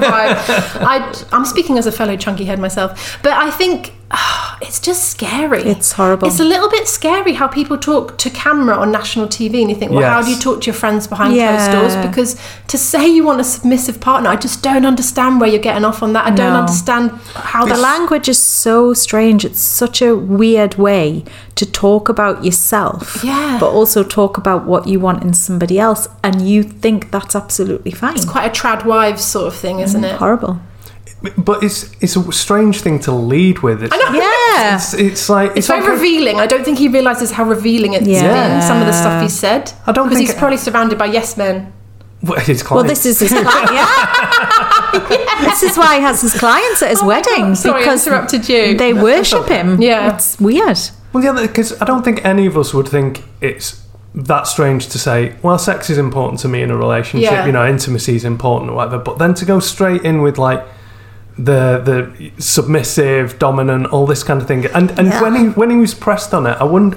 vibe. I, I'm speaking as a fellow chunky head myself, but I think ah, it's just scary. It's horrible. It's a little bit scary how people talk to camera on national TV, and you think, well, how Yes. do you talk to your friends behind Yeah. closed doors? Because to say you want a submissive partner, I just don't understand where you're getting off on that. I don't No. understand how the that's- language is so strange. It's such a weird way to talk about yourself, Yeah. but also talk about what you want in somebody else, and you think that's absolutely fine. It's quite a trad wives sort of thing, isn't it? horrible. But it's it's a strange thing to lead with. It's, I know. Yeah. it's, it's like it's, It's very okay- revealing. I don't think he realizes how revealing it's Yeah. been. Some of the stuff he said. I don't because think- he's probably surrounded by yes men. Well, his Well, clients. this is his client. Yeah. This is why he has his clients at his Oh my God, wedding sorry, I because interrupted you. they worship him. Yeah. it's weird. Well, yeah, because I don't think any of us would think it's that strange to say, well, sex is important to me in a relationship, Yeah. you know, intimacy is important or whatever. But then to go straight in with like the the submissive, dominant, all this kind of thing, and and when he when he was pressed on it, I wouldn't.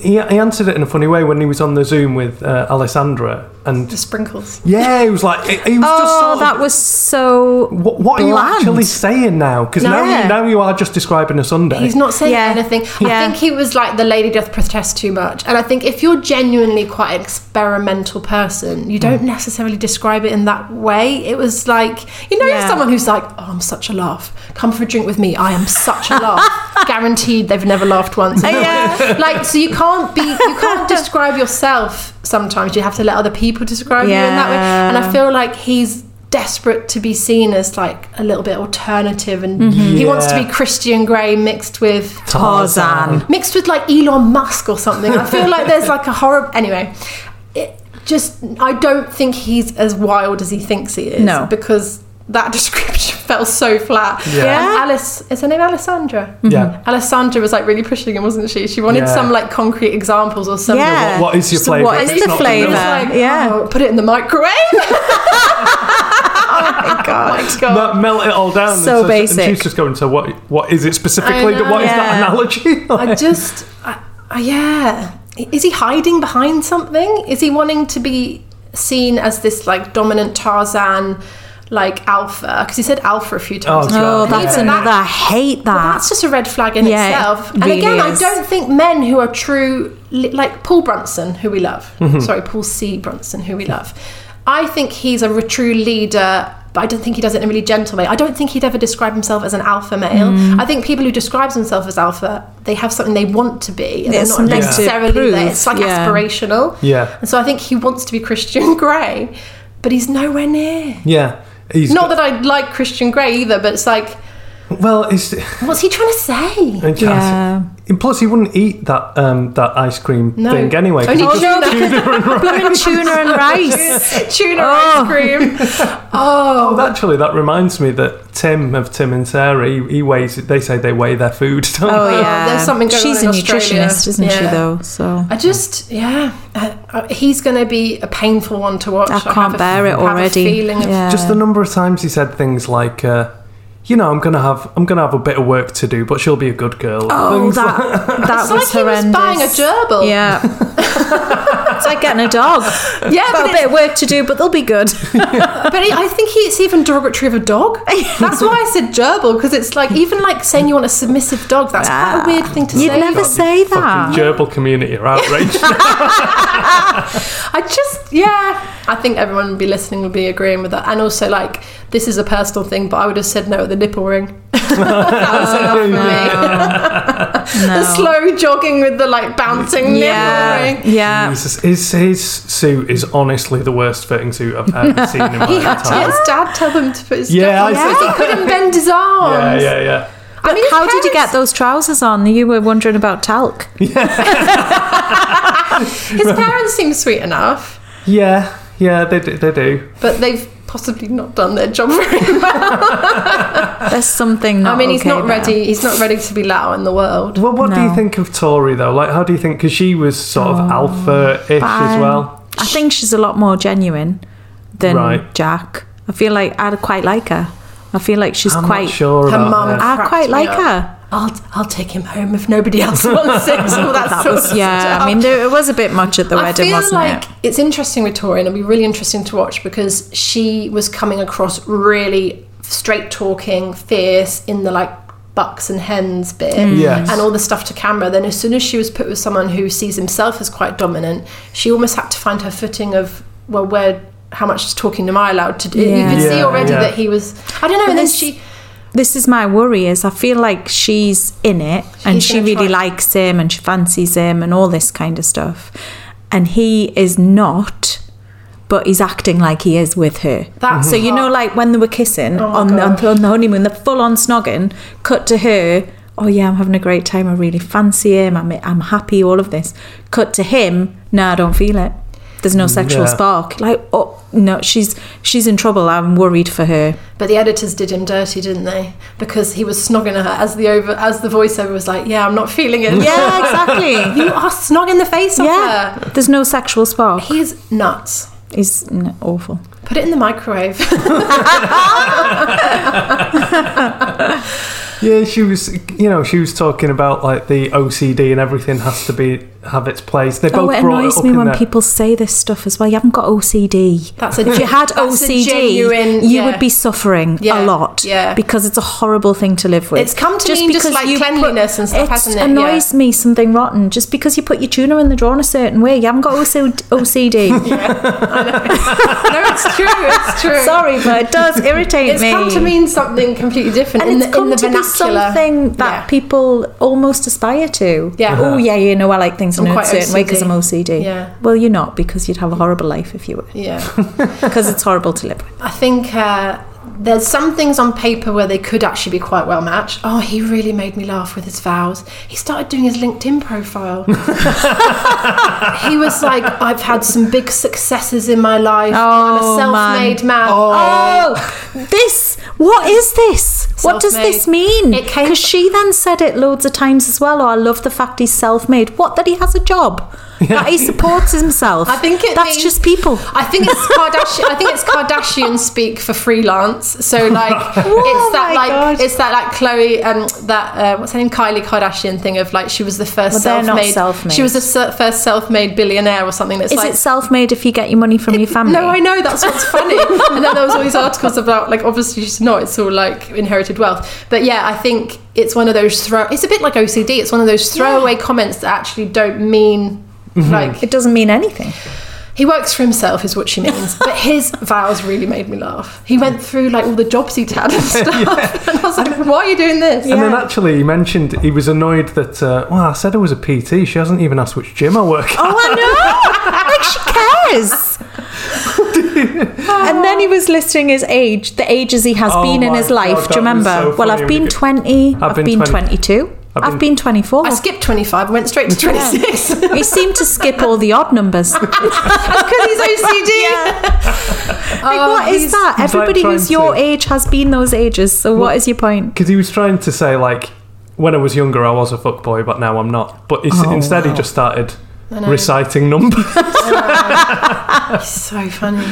He, he answered it in a funny way when he was on the Zoom with uh, Alessandra, The and sprinkles. yeah, he was like, he, he was just Oh, sort of, that was so. What, what are you bland. actually saying now? Because now, Yeah. you, now you are just describing a Sunday. He's not saying Yeah. anything. Yeah. I think he was like the lady doth protest too much. And I think if you're genuinely quite an experimental person, you don't Mm. necessarily describe it in that way. It was like you know Yeah. someone who's like, Oh, I'm such a laugh. Come for a drink with me. I am such a laugh. Guaranteed they've never laughed once. Uh, Yeah. like so you can't be you can't describe yourself sometimes. You have to let other people describe you in that way. Yeah. And I feel like he's desperate to be seen as like a little bit alternative and he wants to Mm-hmm. Yeah. be Christian Grey mixed with Tarzan. mixed with like Elon Musk or something. I feel like there's like a horror. Anyway, it just I don't think he's as wild as he thinks he is. No. because that description fell so flat. Yeah. Yeah. And Alice is her name Alessandra. Mm-hmm. Yeah. Alessandra was like really pushing him, wasn't she? She wanted Yeah. some like concrete examples or something. Yeah. what is your So flavour? What It's is the not the flavour? It was like, yeah. oh, put it in the microwave. oh my god! my god! Mel- melt it all down. So and And basic. she's just going to what? What is it specifically? I know. What is Yeah. that analogy? I just, I, I, yeah. Is he hiding behind something? Is he wanting to be seen as this like dominant Tarzan, like alpha? Because he said alpha a few Oh, times. as well. Oh, Yeah. that's Even another. that- I hate that. that's just a red flag in Yeah, it itself. And really again, is. I don't think men who are true, li- like Paul Brunson, who we love, sorry, Paul C. Brunson, who we love, I think he's a re- true leader. But I don't think he does it in a really gentle way. I don't think he'd ever describe himself as an alpha male. Mm. I think people who describe themselves as alpha, they have something they want to be, and It's they're not something to necessarily there. prove, It's like yeah. aspirational. Yeah. And so I think he wants to be Christian Grey, but he's nowhere near. yeah. He's Not that I like Christian Grey either, but it's like, well, it's what's he trying to say? Yeah. And plus, he wouldn't eat that um, that ice cream No. thing anyway. 'cause Only he tuna. Blooming Oh, tuna and rice. tuna Oh. ice cream. just- Oh, Actually, that reminds me that Tim of Tim and Sarah, he, he weighs. They say they weigh their food. Don't Oh they? yeah, there's something going She's on a in Australia. nutritionist, isn't she? Yeah. Though, so I just yeah, I, I, he's going to be a painful one to watch. I have can't a- bear it have a already. feeling of- yeah. Just the number of times he said things like. Uh, you know, I'm gonna have I'm gonna have a bit of work to do, but she'll be a good girl. oh, Things like- that that was It's like he was horrendous. buying a gerbil. Yeah, it's like get getting a dog. Yeah, Got but a bit of work to do, but they'll be good. but I think he- it's even derogatory of a dog. That's why I said gerbil because it's like even like saying you want a submissive dog. That's quite a weird thing to You'd say. Ah. never say that. Gerbil community are outraged. I just, yeah. I think everyone would be listening would be agreeing with that. And also, like, this is a personal thing, but I would have said no at the nipple ring. that was enough Oh, for me. the slow jogging with the like bouncing nipple Oh. Yeah, ring. yeah. Jesus, his, his suit is honestly the worst fitting suit I've ever seen in my He had to get entire his dad tell him to put his Yeah, stuff I on. see. so He couldn't bend his Yeah, arms. yeah, yeah. I mean, his How did you parents- get those trousers on? You were wondering about talc. His parents seem sweet enough, Yeah, yeah, they do. They do. but they've possibly not done their job very well. There's something. Not I mean, he's okay not there. ready. He's not ready to be let out in the world. Well, what do you No. think of Tori though? Like, how do you think? Because she was sort of Oh, alpha-ish as Um, well. I think she's a lot more genuine than Right. Jack. I feel like I'd quite like her. I feel like she's I'm quite. not sure Her about mum that. I Cracked quite me like up. her. I'll, I'll take him home if nobody else wants him. So that's That was yeah. I mean, there, it was a bit much at the I wedding, feel wasn't like it? it's interesting with Tori, and it'll be really interesting to watch because she was coming across really straight talking, fierce in the like bucks and hens bit, Mm. Yes. and all the stuff to camera. Then as soon as she was put with someone who sees himself as quite dominant, she almost had to find her footing of well, where how much is talking am I allowed to do? Yeah. You could see Yeah, already yeah. that he was. I don't know. And then this- she. This is my worry: is I feel like she's in it, and She's she gonna really try. likes him, and she fancies him, and all this kind of stuff, and he is not. But he's acting like he is with her. That's so you know, hot. Oh like when they were kissing on, the, on the honeymoon, the full on snogging. Cut to her. Oh yeah, I'm having a great time. I really fancy him. I'm I'm happy. All of this. Cut to him. No, I don't feel it. There's no sexual Yeah. spark. Like oh no, she's she's in trouble. I'm worried for her. But the editors did him dirty, didn't they? Because he was snogging at her as the over as the voiceover was like, "Yeah, I'm not feeling it." Yeah, exactly. you are snogging the face off Yeah, her. there's no sexual spark. He's nuts. He's n- awful. Put it in the microwave. Yeah, she was. You know, she was talking about like the OCD and everything has to be have its place. They Oh, both it brought it annoys up me in when their- people say this stuff as well. You haven't got OCD. That's a- if you had that's a OCD, genuine- you yeah. would be suffering Yeah, a lot. yeah. because it's a horrible thing to live with. It's come to mean just because like you cleanliness and stuff, it hasn't it? Yeah. annoys me something rotten. Just because you put your tuna in the drawer in a certain way, you haven't got OCD. no, it's true. It's true. Sorry, but it does irritate It's me. come to mean something completely different and in, it's the, come in the to be vernacular. something that Yeah. people almost aspire to. Yeah. Uh-huh. Oh yeah, you know I like things in I'm a quite certain way because I'm OCD. Yeah. Well, you're not because you'd have a horrible life if you were. Yeah. Because it's horrible to live with. I think uh, there's some things on paper where they could actually be quite well matched. Oh, he really made me laugh with his vows. He started doing his LinkedIn profile. he was like, I've had some big successes in my life. Oh, I'm a self-made man. Oh, this. What is this? What does Self-made. this mean? It came- Because she then said it loads of times as well. Oh, I love the fact he's self-made. What that he has a job, that he supports himself. I think it that's means- just people. I think it's Kardashian. I think it's Kardashian speak for freelance. So like, it's that my like God. it's that like Chloe um that uh, what's her name Kylie Kardashian thing of like she was the first Well, they're not self-made. self-made. She was the se- first self-made billionaire or something. That's Is like it self-made if you get your money from your family? no, I know that's what's funny. and then there was all these articles about like obviously she's not. It's all like inherited wealth. But yeah, I think it's one of those throw. It's a bit like OCD. It's one of those throwaway comments that actually don't mean like It doesn't mean anything. he works for himself, is what she means. But his vows really made me laugh. He went through like all the jobs he'd had and stuff, and I was like, "Why are you doing this?" And then actually, he mentioned he was annoyed that. Uh, well, I said I was a PT. She hasn't even asked which gym I work. at. Oh, I know. like she cares. and then he was listing his age, the ages he has Oh been in my his life. God, Do you that was remember? so well, funny I've been because- 20, I've, been been, 20. 22, I've, been- been, 24. I skipped twenty five, went straight to twenty six he seemed to skip all the odd numbers. like, because he's OCD. what is that? He's he's- like Everybody who's trying your to- age has been those ages. So, what is your point? Because he was trying to say like, when I was younger, I was a fuckboy, but now I'm not. But he, s Oh, instead, he wow. just started reciting numbers. So funny.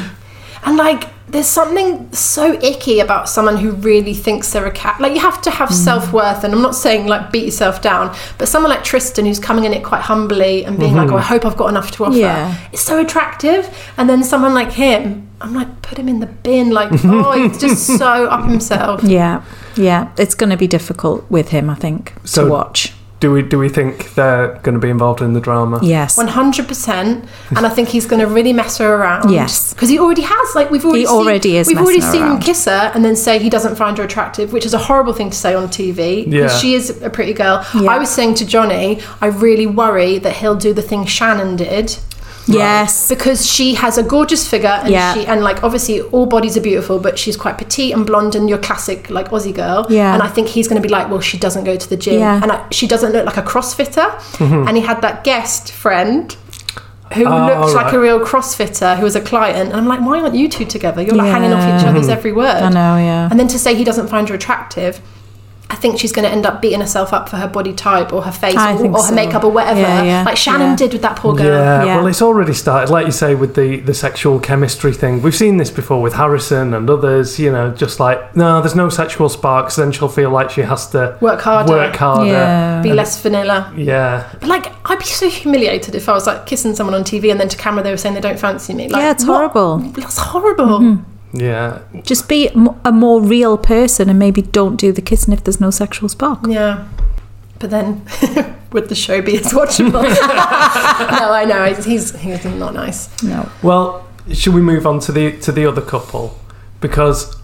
And like, there's something so icky about someone who really thinks they're a cat. Like, you have to have Mm. self worth, and I'm not saying like beat yourself down, but someone like Tristan who's coming in it quite humbly and being like, Mhm. "Oh, I hope I've got enough to offer." Yeah. It's so attractive, and then someone like him, I'm like, put him in the bin. Like, oh, he's just so up himself. Yeah, yeah. It's going to be difficult with him, I think, So- to watch. Do we do we think they're going to be involved in the drama? Yes. 100%. And I think he's going to really mess her around. Yes. Because he already has. Like, we've already He seen, already is We've already messing her seen him around. kiss her and then say he doesn't find her attractive, which is a horrible thing to say on TV. 'cause Yeah. She is a pretty girl. I was saying to Johnny, I really worry that he'll do the thing Shannon did. Yes. Because she has a gorgeous figure and Yeah. she and like obviously all bodies are beautiful, but she's quite petite and blonde and your classic like Aussie girl. Yeah. And I think he's gonna be like, Well, she doesn't go to the gym. Yeah. And I, she doesn't look like a CrossFitter. Mhm. And he had that guest friend who Oh, looked like right. a real CrossFitter who was a client. And I'm like, why aren't you two together? You're like hanging off each Yeah. other's every word. I know, yeah. And then to say he doesn't find her attractive, I think she's going to end up beating herself up for her body type or her face I or, think or her so. makeup or whatever, Yeah, yeah, like Shannon yeah. did with that poor girl. Yeah, well, it's already started, like you say, with the, the sexual chemistry thing. We've seen this before with Harrison and others, you know, just like, no, there's no sexual sparks, then she'll feel like she has to "Oh, work harder. Work harder. Be And- less vanilla. Yeah. But like, I'd be so humiliated if I was like kissing someone on TV and then to camera they were saying they don't fancy me. Like, yeah, it's what? horrible. That's horrible. Yeah. Just be m- a more real person and maybe don't do the kissing if there's no sexual spark. Yeah. But then, would the show be as watchable? no, I know. He's, he's, he's not nice. No. Well, should we move on to the to the other couple? Because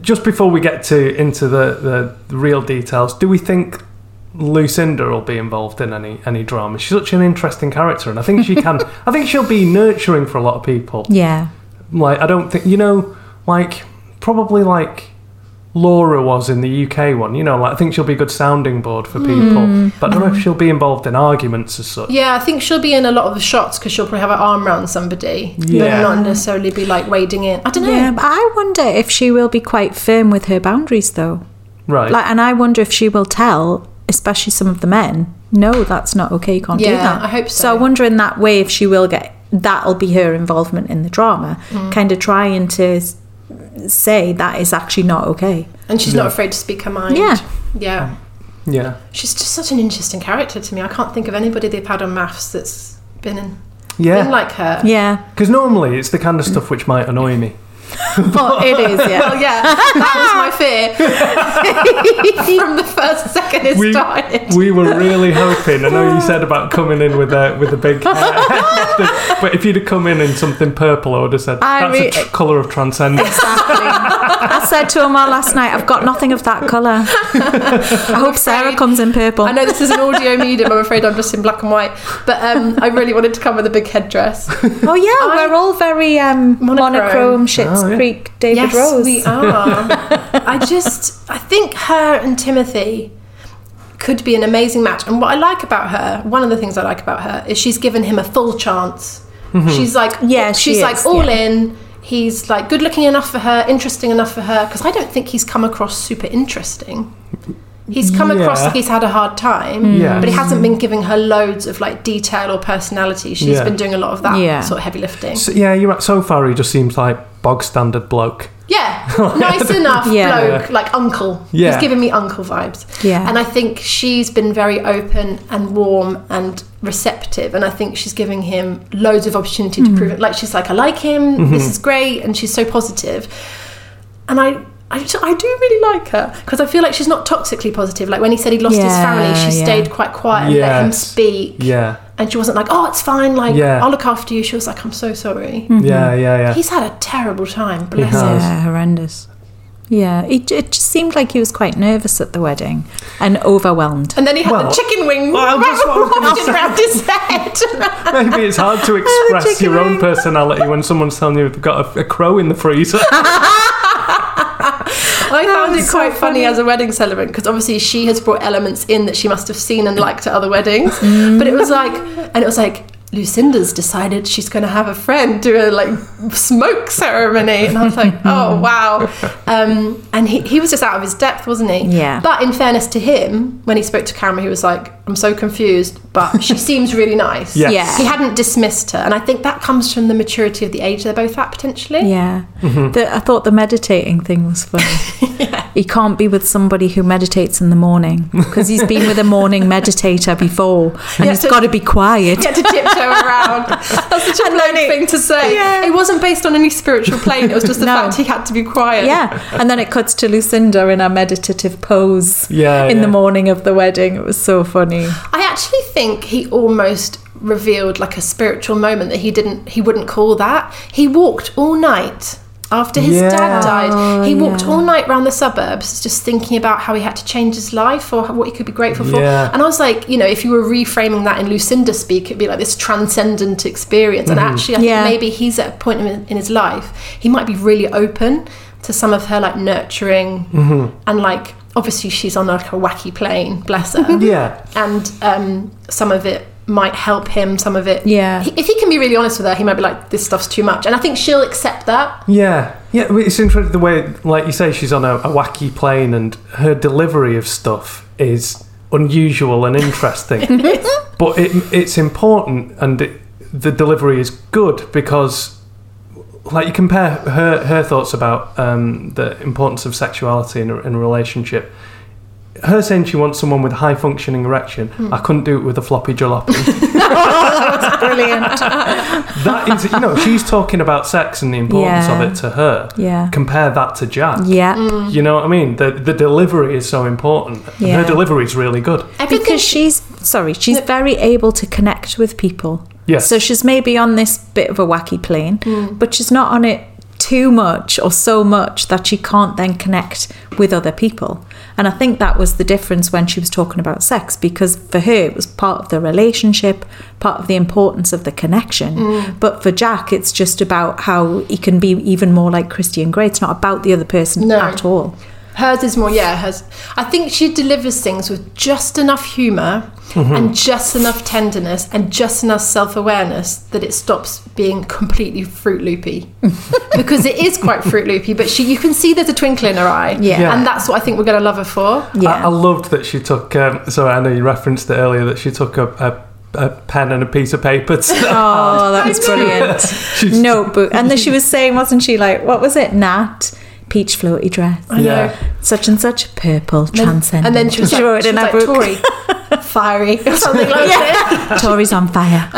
just before we get to into the, the, the real details, do we think Lucinda will be involved in any any drama? She's such an interesting character, and I think she can. I think she'll be nurturing for a lot of people. Yeah. Like I don't think you know, like probably like Laura was in the UK one. You know, like I think she'll be a good sounding board for people, Mm. but I don't know if she'll be involved in arguments as such. Yeah, I think she'll be in a lot of the shots because she'll probably have her arm around somebody, Yeah. but not necessarily be like wading in. I don't know. Yeah, but I wonder if she will be quite firm with her boundaries, though. Right. Like, and I wonder if she will tell, especially some of the men, no, that's not okay. You can't do Yeah, that. I hope so. I wonder in that way if she will get that'll be her involvement in the drama, Mm. kind of trying to s- say that is actually not okay. And she's Yeah. not afraid to speak her mind. Yeah. Yeah. Yeah. She's just such an interesting character to me. I can't think of anybody they've had on maths that's been in. Yeah. Been like her. Yeah. Because normally it's the kind of stuff which might annoy me. Oh, it is, yeah. well, yeah, that was my fear. From the first second it started. We were really hoping. I know you said about coming in with a with a big hair, but if you'd have come in in something purple, I would have said I that's re- a tr- color of transcendence. I said to Omar last night, I've got nothing of that colour. I hope Sarah comes in purple. I know this is an audio medium. I'm afraid I'm just in black and white. But um, I really wanted to come with a big headdress. Oh yeah, we're all very um, monochrome, Shit's Creek, David yes, Rose. we are. I just, I think her and Timothy could be an amazing match. And what I like about her, one of the things I like about her, is she's given him a full chance. Mhm. She's like, Yeah, she she's is, like all yeah. in. He's like good looking enough for her, interesting enough for her. Because I don't think he's come across super interesting. He's come across Yeah. like he's had a hard time, Mm. Yes. but he hasn't been giving her loads of like detail or personality. She's Yeah. been doing a lot of that Yeah. sort of heavy lifting. So, yeah, you're right. So far, he just seems like bog standard bloke. Yeah, nice enough Yeah. bloke, Oh, like uncle. Yeah. He's giving me uncle vibes. Yeah. And I think she's been very open and warm and receptive. And I think she's giving him loads of opportunity to Mm-hmm. Mhm. prove it. Like, she's like, I like him. This Mhm. is great. And she's so positive. And I. I, ju- I do really like her because I feel like she's not toxically positive. Like when he said he lost his Yeah, family, she yeah. stayed quite quiet and let him Yes. speak. Yeah, And she wasn't like, oh, it's fine. Like, Yeah. I'll look after you. She was like, I'm so sorry. yeah, yeah, yeah. Mm-hmm. He's had a terrible time. Bless him. Yeah, horrendous. Yeah, it, it just seemed like he was quite nervous at the wedding and overwhelmed. And then he had the chicken wing wrapped around his head. Maybe it's hard to express your own personality when someone's telling you they've got a, a crow in the freezer. I found it quite funny, as a wedding celebrant because obviously she has brought elements in that she must have seen and liked at other weddings. But it was like, and it was like, Lucinda's decided she's going to have a friend do a like smoke ceremony, and I was like, oh wow. Um, and he, he was just out of his depth, wasn't he? Yeah. But in fairness to him, when he spoke to camera, he was like, I'm so confused, but she seems really nice. Yes. Yeah. He hadn't dismissed her, and I think that comes from the maturity of the age they're both at potentially. Yeah. The, I thought the meditating thing was funny. He can't be with somebody who meditates in the morning because he's been with a morning meditator before and Yeah, he's so- got to be quiet. Get to tiptoe around. That's such a And blown then it- thing to say. Yeah. It wasn't based on any spiritual plane. It was just the No. fact he had to be quiet. Yeah. And then it cuts to Lucinda in her meditative pose Yeah, in yeah. the morning of the wedding. It was so funny. I actually think he almost revealed like a spiritual moment that he didn't he wouldn't call that. He walked all night after his Yeah. Oh, dad died. He walked yeah. all night round the suburbs just thinking about how he had to change his life or how- what he could be grateful for. Yeah. And I was like, you know, if you were reframing that in Lucinda speak, it'd be like this transcendent experience. And Mm-hmm. actually, I Yeah. think maybe he's at a point in, in his life, he might be really open to some of her like nurturing Mm-hmm. and like, obviously, she's on like a wacky plane, bless her Yeah. and um, some of it might help him. Some of it, Yeah. He, if he can be really honest with her, he might be like, "This stuff's too much," and I think she'll accept that. Yeah, yeah. I mean, It's interesting the way, like you say, she's on a, a wacky plane, and her delivery of stuff is unusual and interesting. but it, it's important, and it, the delivery is good because, like, you compare her her thoughts about um, the importance of sexuality in a, in a relationship. Her saying she wants someone with high functioning erection. I couldn't do it with a floppy jalopy. Brilliant. that is, you know, she's talking about sex and the importance Yeah. of it to her. Ah. Yeah. Compare that to Jack. Yeah. Mm. You know what I mean? The the delivery is so important. Yeah. Her delivery is really good. Everything because she's sorry she's very able to connect with people Yes. so she's maybe on this bit of a wacky plane but she's not on it too much or so much that she can't then connect with other people and i think that was the difference when she was talking about sex because for her it was part of the relationship part of the importance of the connection but for jack it's just about how he can be even more like christian grey it's not about the other person No. at all hers is more, yeah, hers. I think she delivers things with just enough humor and just enough tenderness and just enough self awareness that it stops being completely fruit loopy because it is quite fruit loopy. But she, you can see there's a twinkle in her eye, Yeah. Yeah. and that's what I think we're going to love her for. yeah I, I loved that she took. Um, sorry, I know you referenced it earlier that she took a, a, a pen and a piece of paper. To, Oh, that was brilliant. Notebook. And then she was saying, wasn't she, like, what was it, Nat? Peach floaty dress. yeah. Such and such purple transcendent. And then she was like, wrote it she in was her like book. Tory, fiery, or something like that. Tory's on fire.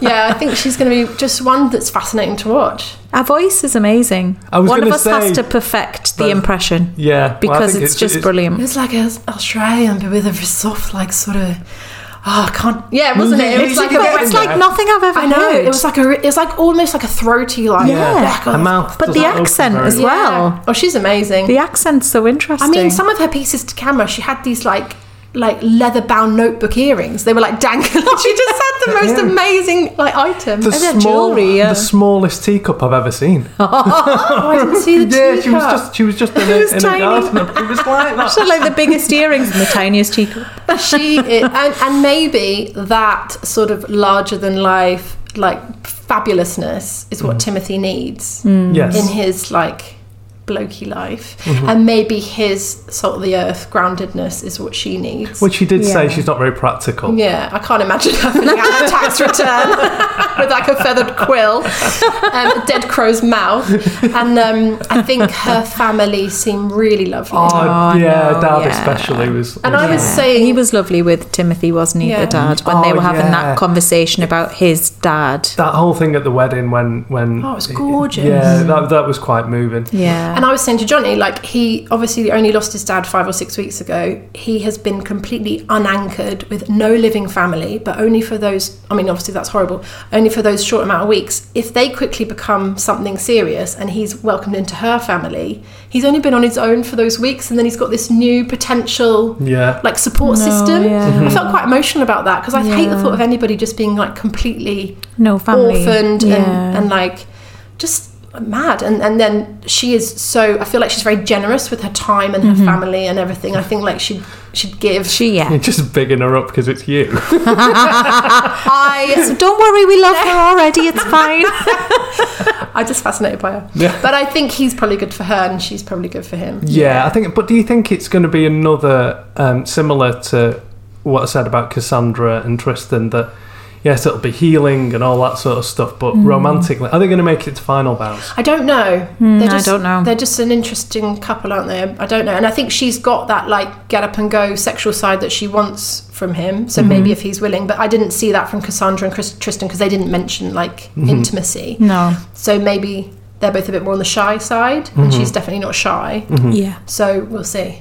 yeah, I think she's going to be just one that's fascinating to watch. Our voice is amazing. I was One of gonna us has say- to perfect the But- impression. Yeah, well, I Because think it's, it's- just it's- It brilliant. was like an Australian, but with a very soft, like sort of. Oh, I can't. Yeah, wasn't it? It was like Yeah. a. It's like nothing I've ever I know. heard. It was like a. It was like almost like a throaty, like. Yeah. Her mouth. But the doesn't open accent very as well. well. Oh, she's amazing. The accent's so interesting. I mean, some of her pieces to camera, she had these like like leather bound notebook earrings. They were like dangling. she just had the most Yeah. amazing like item. The, And her small, jewellery, yeah. the smallest teacup I've ever seen. oh, I didn't see the yeah, she was teacup. just she was just in, a, was in a tiny. garden. It was like that. She's like the biggest earrings and the tiniest teacup. she is, and, and maybe that sort of larger than life like fabulousness is Mm. what timothy needs Yes. in his like blokey life Mm-hmm. and maybe his salt of the earth groundedness is what she needs Which she did say Yeah. she's not very practical. yeah, I can't imagine her filling out a tax return with like a feathered quill, um, a dead crow's mouth, and um, I think her family seem really lovely. Oh, yeah, no, Dad yeah. especially was. And I was yeah. saying He was lovely with Timothy, wasn't he, Yeah. the dad, when they Oh, were having yeah. that conversation about his dad. that whole thing at the wedding when when Oh, it was gorgeous. Yeah, that, that was quite moving. Yeah. And I was saying to Johnny, like, he obviously only lost his dad five or six weeks ago. He has been completely unanchored with no living family, but only for those, I mean, obviously that's horrible, only for those short amount of weeks. If they quickly become something serious and he's welcomed into her family, he's only been on his own for those weeks and then he's got this new potential, Yeah. like, support system. yeah. I felt quite emotional about that because I hate the Yeah. thought of anybody just being, like, completely no family. orphaned Yeah. and, and like just mad. And and then she is so. I feel like she's very generous with her time and her Mhm. family and everything. I think like she she'd give. She You're just bigging her up because it's you. I So don't worry, we love her already. It's fine. I'm just fascinated by her. Yeah. Mm. But I think he's probably good for her and she's probably good for him. Yeah, I think. But do you think it's going to be another um, similar to what I said about Cassandra and Tristan? That yes, it'll be healing and all that sort of stuff. But Mm. romantically, are they going to make it to final vows? I don't know. Hmm, They're I don't know. They're just an interesting couple, aren't they? I don't know. And I think she's got that like get up and go sexual side that she wants from him. So Mm-hmm. Mhm. maybe if he's willing, but I didn't see that from Cassandra and Chris- Tristan because they didn't mention like Mhm. intimacy. No. So maybe they're both a bit more on the shy side, and Mhm. Mm-hmm. she's definitely not shy. Mhm. Yeah. So we'll see.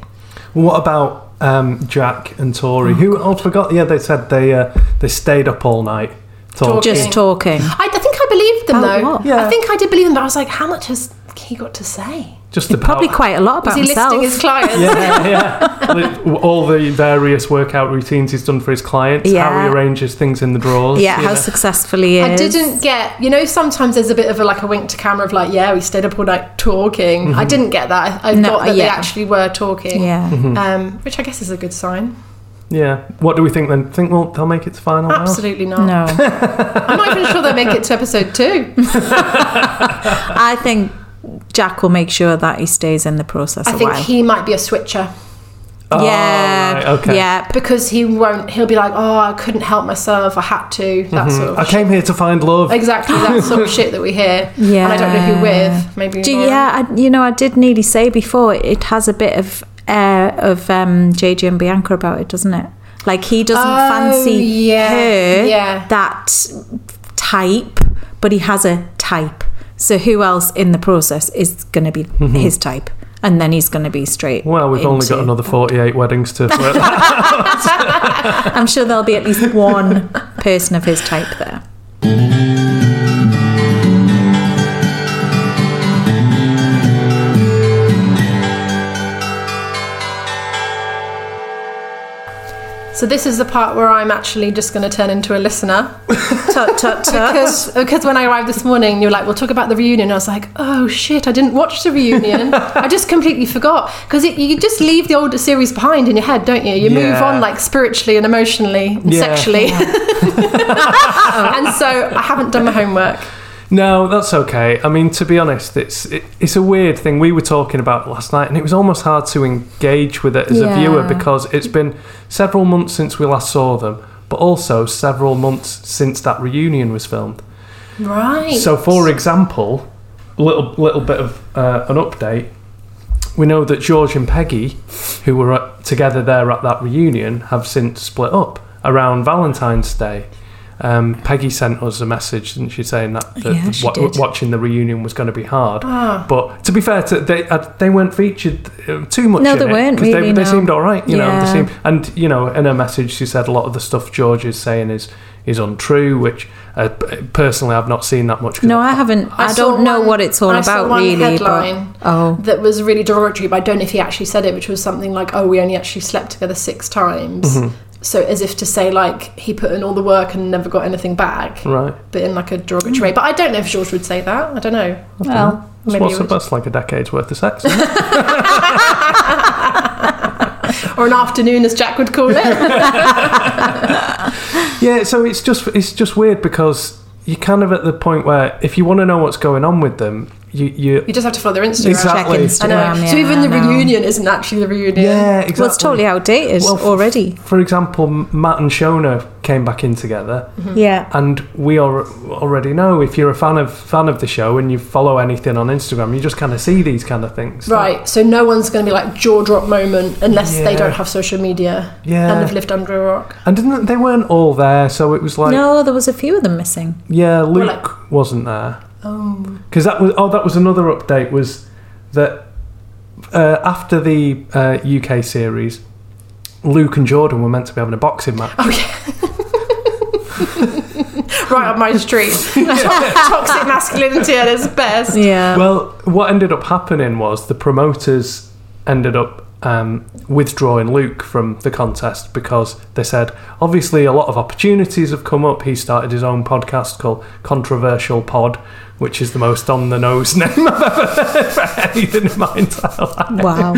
What about um, Jack and Tori? who oh, I forgot. Yeah, they said they uh, they stayed up all night talking. Just talking. I, I think I believed them About though. Oh, what? Yeah. I think I did believe them, but I was like, how much has he got to say? Just about Probably quite a lot Was about he himself. listing his clients? yeah, yeah. Like, all the various workout routines he's done for his clients, how Yeah. he arranges things in the drawers. Yeah, you how know. successful he I is. didn't get, you know, sometimes there's a bit of a like a wink to camera of like, yeah, we stayed up all night talking. Mm-hmm. I Mhm. didn't get that. I, I No, thought that they yeah. actually were talking. Yeah. Mm-hmm. Mhm. Um, which I guess is a good sign. Yeah. What do we think then? Think well, they'll make it to final. Oh. vows? Absolutely not. No. I'm not even sure they'll make it to episode two. I think Jack will make sure that he stays in the process I a think while. he might be a switcher. Oh, Yeah. right, okay. Yeah. Because he won't, he'll be like, oh, I couldn't help myself. I had to. That Mhm. sort of I came here to find love. Exactly, that sort of shit that we hear. Yeah. And I don't know who with. Maybe. Do, Lauren. yeah, I, you know, I did nearly say before it, it has a bit of air of um, JJ and Bianca about it, doesn't it? Like he doesn't Oh, fancy yeah, her yeah. that type, but he has a type. So who else in the process is going to be Mhm. his type? And then he's going to be straight. Well, we've only got into- another 48 weddings to. I'm sure there'll be at least one person of his type there. So this is the part where I'm actually just going to turn into a listener. tut tut tut. Because, because when I arrived this morning, you were like, "We'll talk about the reunion." I was like, "Oh shit, I didn't watch the reunion. I just completely forgot." Because you just leave the older series behind in your head, don't you? You move Yeah. on like spiritually and emotionally, and Yeah. sexually, and so I haven't done my homework. no, that's okay. I mean, to be honest, it's it, it's a weird thing we were talking about last night, and it was almost hard to engage with it as a viewer Yeah. because it's been several months since we last saw them, but also several months since that reunion was filmed. Right. So, for example, a little little bit of uh, an update. We know that George and Peggy, who were at, together there at that reunion, have since split up around Valentine's Day. Um, Peggy sent us a message, didn't she, saying that, that Yeah, she wa- did. watching the reunion was going to be hard. Ah. But to be fair, to, they uh, they weren't featured uh, too much. No, in they it, weren't 'cause They, really, they no. seemed all right, you know. They Yeah. seemed, and you know, in her message, she said a lot of the stuff George is saying is is untrue, which uh, p- personally I've not seen that much. 'cause No, I haven't. I, I saw don't know one- what it's all I about saw one really. but- headline. oh, That was really derogatory, but I don't know if he actually said it, which was something like, "Oh, we only actually slept together six times." Mhm. So as if to say, like he put in all the work and never got anything back. Right. but in like a derogatory way. But I don't know if George would say that. I don't know. Well, That's maybe what's he would. that's like a decade's worth of sex. isn't it? or an afternoon, as Jack would call it. yeah, so it's just it's just weird because you're kind of at the point where if you want to know what's going on with them, you you you just have to follow their Instagram. Exactly. Check I know. Instagram, so yeah, even the I know. reunion isn't actually the reunion. Yeah, exactly. outdated already. For example, M- Matt and Shona came back in together. Mhm. Yeah. mm-hmm. And we al already know if you're a fan of fan of the show and you follow anything on Instagram, you just kind of see these kind of things. Right, so no one's going to be like jaw drop moment unless they Yeah. don't have social media Yeah. and have lived under a rock. And didn't they weren't all there, so it was like no, there was a few of them missing. yeah, Luke wasn't there. Oh. because that was oh that was another update was that uh, after the uh, UK series, Luke and Jordan were meant to be having a boxing match. Right up my street. To- Toxic masculinity at its best. Yeah. Well, what ended up happening was the promoters ended up um, withdrawing Luke from the contest because they said obviously a lot of opportunities have come up. He started his own podcast called Controversial Pod, which is the most on the nose name I've ever heard for anything in my entire life. Wow.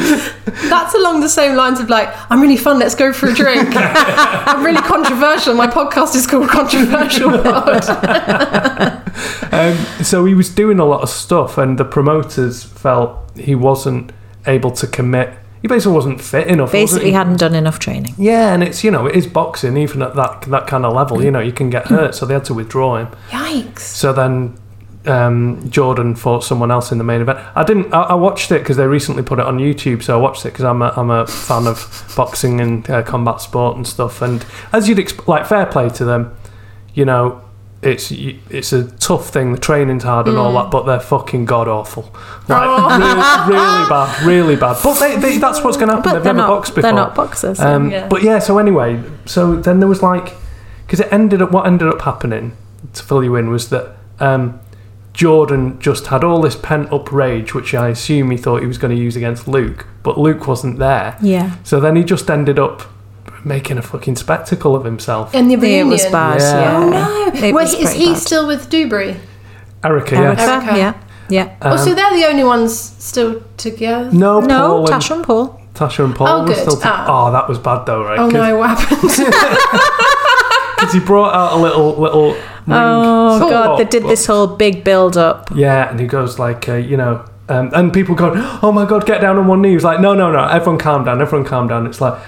That's along the same lines of like, I'm really fun, let's go for a drink. I'm really controversial. My podcast is called Controversial Pod. Um, so he was doing a lot of stuff, and the promoters felt he wasn't able to commit. He basically wasn't fit enough. wasn't Basically, he? hadn't done enough training. Yeah, and it's you know it is boxing even at that that kind of level. You know you can get hurt, so they had to withdraw him. Yikes. So then um, Jordan fought someone else in the main event. I didn't. I, I watched it because they recently put it on YouTube, so I watched it because I'm a, I'm a fan of boxing and uh, combat sport and stuff. And as you'd exp- like, fair play to them. You know, it's you- it's a tough thing. The training's hard and Mm. all that, but they're fucking god awful. Like, really, really bad, really bad. But they, they, that's what's going to happen. Oh. But They've they're never not, boxed before. they're not boxers. Um, Yeah. But yeah, so anyway, so then there was like, because it ended up, what ended up happening to fill you in was that um, Jordan just had all this pent up rage, which I assume he thought he was going to use against Luke, but Luke wasn't there. Yeah. So then he just ended up making a fucking spectacle of himself. And the It reunion. was bad. Yeah. Yeah. Oh no! It well, was is pretty he bad. still with Dewberry? Erica, Erica, yeah. Erica. Yeah. Yeah. oh, so they're the only ones still together. No, Um, no, Paul and, Tasha and Paul. Tasha and Paul Oh, were good. still. Ah. Oh, that was bad though, right? Oh no! What happened? Because he brought out a little little. Oh ring. god, they did this whole big build up. Yeah, and he goes like, uh, you know, um, and people go, oh my god, get down on one knee. He's like, no, no, no, everyone calm down, everyone calm down. It's like,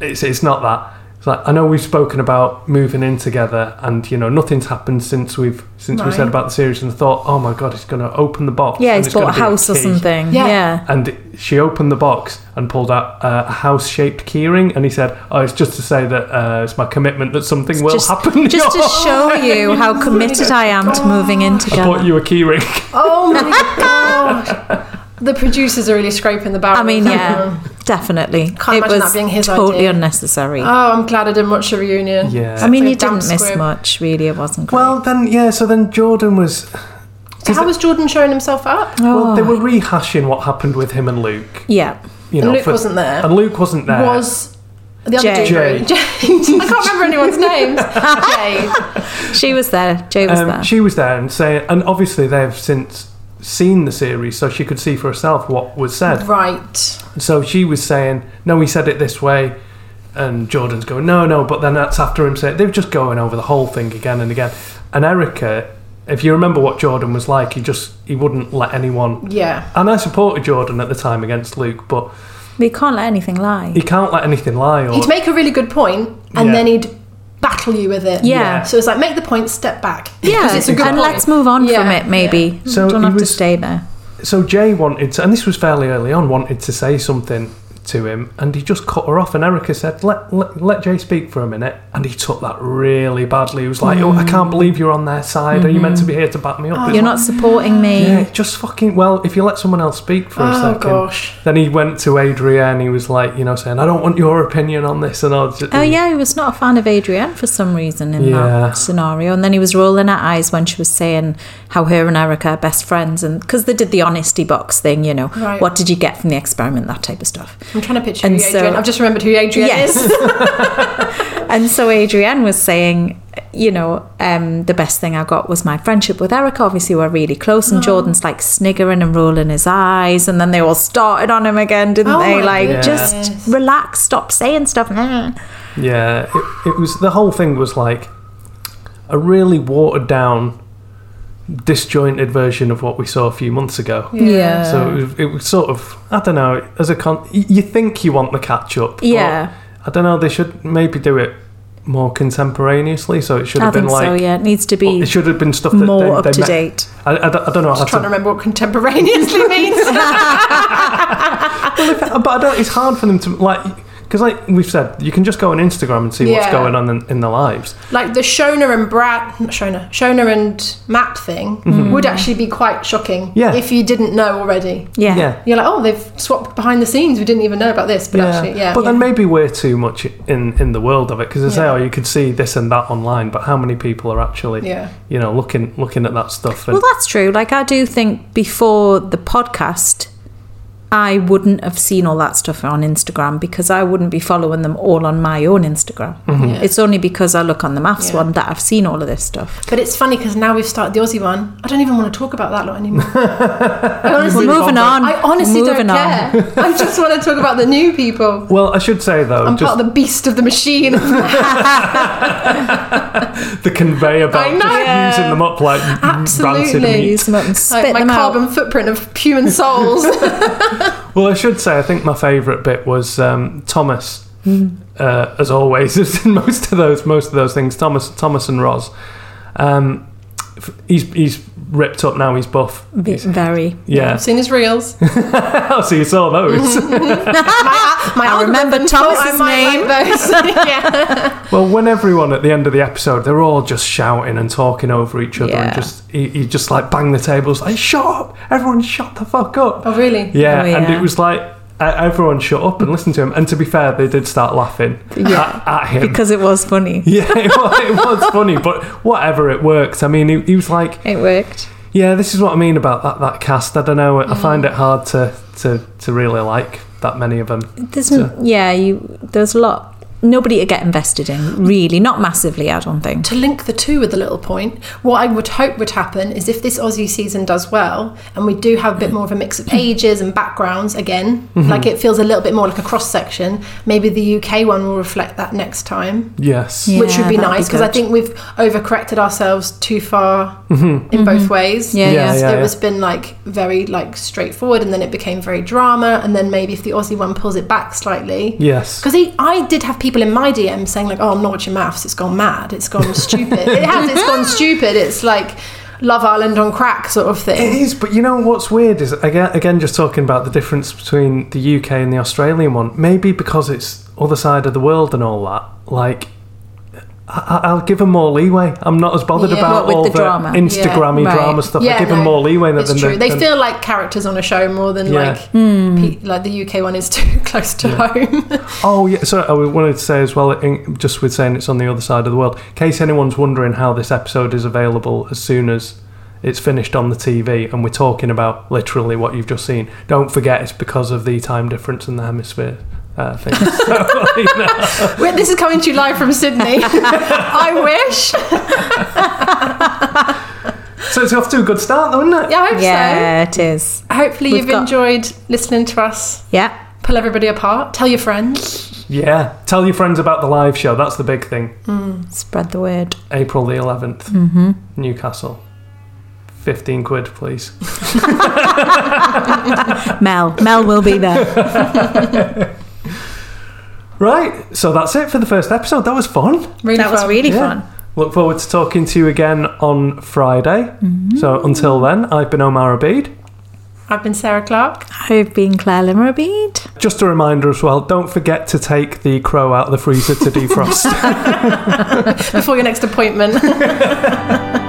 it's it's not that. It's like I know we've spoken about moving in together, and you know nothing's happened since we've since we said Right. about the series, and I thought, oh my god, he's going to open the box. Yeah, and he's it's gonna bought a be house or key. something. Yeah. Yeah. And she opened the box and pulled out uh, a house-shaped keyring, and he said, "Oh, it's just to say that uh, it's my commitment that something will Just, happen." just to You're show you how committed I am to moving in I bought together. you a keyring. oh my gosh! The producers are really scraping the barrel. I mean, with that yeah, one. definitely. it Can't imagine was that being his totally idea. unnecessary. Oh, I'm glad I didn't watch the reunion. Yeah. I mean, It's you a damp didn't miss squib. much, really. It wasn't great. Well, then, yeah. So then Jordan was. So how was Jordan showing himself up? Well, they were rehashing what happened with him and Luke. yeah. You Oh. And know, Luke wasn't there. And Luke wasn't there. Was the other Jay. Dewberry? Jay. Jay. I can't remember anyone's names. Jay. She was there. Jay was Um, there. she was there and saying, and obviously they've since seen the series, so she could see for herself what was said. Mm-hmm. Right. So she was saying, "No, he said it this way," and Jordan's going, "No, no." But then that's after him saying they were just going over the whole thing again and again. And Erica, if you remember what Jordan was like, he just he wouldn't let anyone. Yeah. And I supported Jordan at the time against Luke, but we can't let anything lie. he can't let anything lie. Or He'd make a really good point, and Yeah. then he'd battle you with it. Yeah. So it's like make the point, step back. Yeah, Because it's a good and point. let's move on Yeah, from it. Maybe So don't he have to was- stay there. so Jay wanted to, and this was fairly early on, wanted to say something to him, and he just cut her off. And Erica said, "Let let, let Jay speak for a minute," and he took that really badly. He was like, "Oh, I can't believe you're on their side. Are you meant to be here to back me up?" Mm. It's Mm-hmm. Oh, You're like, not supporting me. Yeah, just fucking. Well, if you let someone else speak for a Oh, second, gosh. then he went to Adrienne. He was like, you know, saying, "I don't want your opinion on this," and I was just, Oh yeah, he was not a fan of Adrienne for some reason in Yeah. that scenario, and then he was rolling her eyes when she was saying how her and Erica are best friends, and because they did the honesty box thing, you know, Right. what did you get from the experiment, that type of stuff. I'm trying to picture And who Adrian. so- I've just remembered who Adrian is. and so Adrienne was saying, you know, um, the best thing I got was my friendship with Erica. Obviously, we're really close, Oh. and Jordan's like sniggering and rolling his eyes, and then they all started on him again, didn't Oh they? my Like, goodness. Mm. just relax, stop saying stuff. Yeah, it, it was the whole thing was like a really watered down, disjointed version of what we saw a few months ago. Yeah. So it was, it was sort of I don't know as a con y- you think you want the catch up. but Yeah. I don't know. They should maybe do it more contemporaneously. So it should I have been think like so. Yeah, it needs to be it should have been stuff that more they, up they to met- date. I, I don't- I don't know. how I'm trying to remember what contemporaneously means. Uh, but I don't, it's hard for them to like because like we've said you can just go on Instagram and see what's Yeah. going on in, in their lives. like the Shona and Brad, not Shona, Shona and Map thing would actually be quite shocking Mm-hmm. Yeah. if you didn't know already. Yeah. yeah. You're like, oh, they've swapped behind the scenes. We didn't even know about this, but actually, yeah. But then maybe we're too much in in the world of it because I say, Yeah. oh, you could see this and that online, but how many people are actually, Yeah. you know, looking looking at that stuff? And Well, that's true. Like, I do think before the podcast, I wouldn't have seen all that stuff on Instagram because I wouldn't be following them all on my own Instagram. Mhm. Yeah. It's only because I look on the maths Yeah. one that I've seen all of this stuff. But it's funny because now we've started the Aussie one. I don't even want to talk about that lot anymore. I honestly We're moving on. I honestly Moving don't on. care. I just want to talk about the new people. Well, I should say though, I'm just part of the beast of the machine. the, conveyor belt, I know. just Yeah. using them up like rancid Absolutely. meat. like my carbon footprint of human souls. Well, I should say, I think my favourite bit was um, Thomas. Hmm. Uh, as always, as in most of those, most of those things, Thomas, Thomas and Roz. Um, f- he's he's ripped up now. He's buff. Ve- Very. Yeah, I've seen his reels. oh, so you saw those. Ah, my my I remember algorithm thought I Thomas's might name. like those. yeah. well, when everyone at the end of the episode, they're all just shouting and talking over each other, Yeah. and just he, he just like bang the tables, like shut up, everyone, shut the fuck up. Oh really? Yeah, Oh, and yeah. it was like uh, everyone shut up and listened to him. And to be fair, they did start laughing Yeah. at, at him. Because it was funny. yeah, it was, it was funny, but whatever, it worked. I mean, he, he was like, It worked. "Yeah, this is what I mean about that, that cast. I don't know. I find it hard to, to, to really like that many of them." There's n- yeah, you there's a lot nobody to get invested in, really. Not massively, I don't think. To link the two with a little point, what I would hope would happen is if this Aussie season does well, and we do have a bit more of a mix of ages and backgrounds again, Mm-hmm. like it feels a little bit more like a cross section. Maybe the UK one will reflect that next time. Yes. Yeah. which would that'd be be nice because I good. think we've overcorrected ourselves too far in both ways. Mm-hmm. Yeah, Yeah, yeah. Mm-hmm. yeah. So it was been like very like straightforward, and then it became very drama, and then maybe if the Aussie one pulls it back slightly, Yes. Because I did have people in my DM saying like, "Oh, I'm not watching maths. It's gone mad. It's gone stupid. it has. It's gone stupid. It's like Love Island on crack sort of It thing." is, but you know what's weird is again, again, just talking about the difference between the UK and the Australian one. Maybe because it's other side of the world and all that. Like, I, I- I'll give them more leeway. I'm not as bothered Yeah. about What, with all the the, drama? Instagrammy Yeah. drama Right. stuff. I Yeah, give no, them more leeway than It's true. than- They than- feel like characters on a show more than Yeah. like Hmm. pe- like the UK one is too close to home. Oh yeah, so I wanted to say as well, uh, in, just with saying it's on the other side of the world. In case anyone's wondering how this episode is available as soon as it's finished on the TV, and we're talking about literally what you've just seen. Don't forget, it's because of the time difference in the hemisphere. Uh, thing. So, you know. Wait, this is coming to you live from Sydney. I wish. So it's off to a good start, though, isn't it? Yeah, I hope Yeah, it is. so. Hopefully, We've you've got- enjoyed listening to us Yeah. pull everybody apart. Tell your friends. Yeah. Tell your friends about the live show. That's the big thing. Spread the word. April the 11th, Newcastle. 15 quid, please. Mel. Mel will be there. Right. So that's it for the first episode. That was fun. Really that was fun. really Yeah. fun. Look forward to talking to you again on Friday. So until then, I've been Omar Abid. I've been Sarah Clark. I've been Claire Limmerbead. Just a reminder as well, don't forget to take the crow out of the freezer to defrost. Before your next appointment.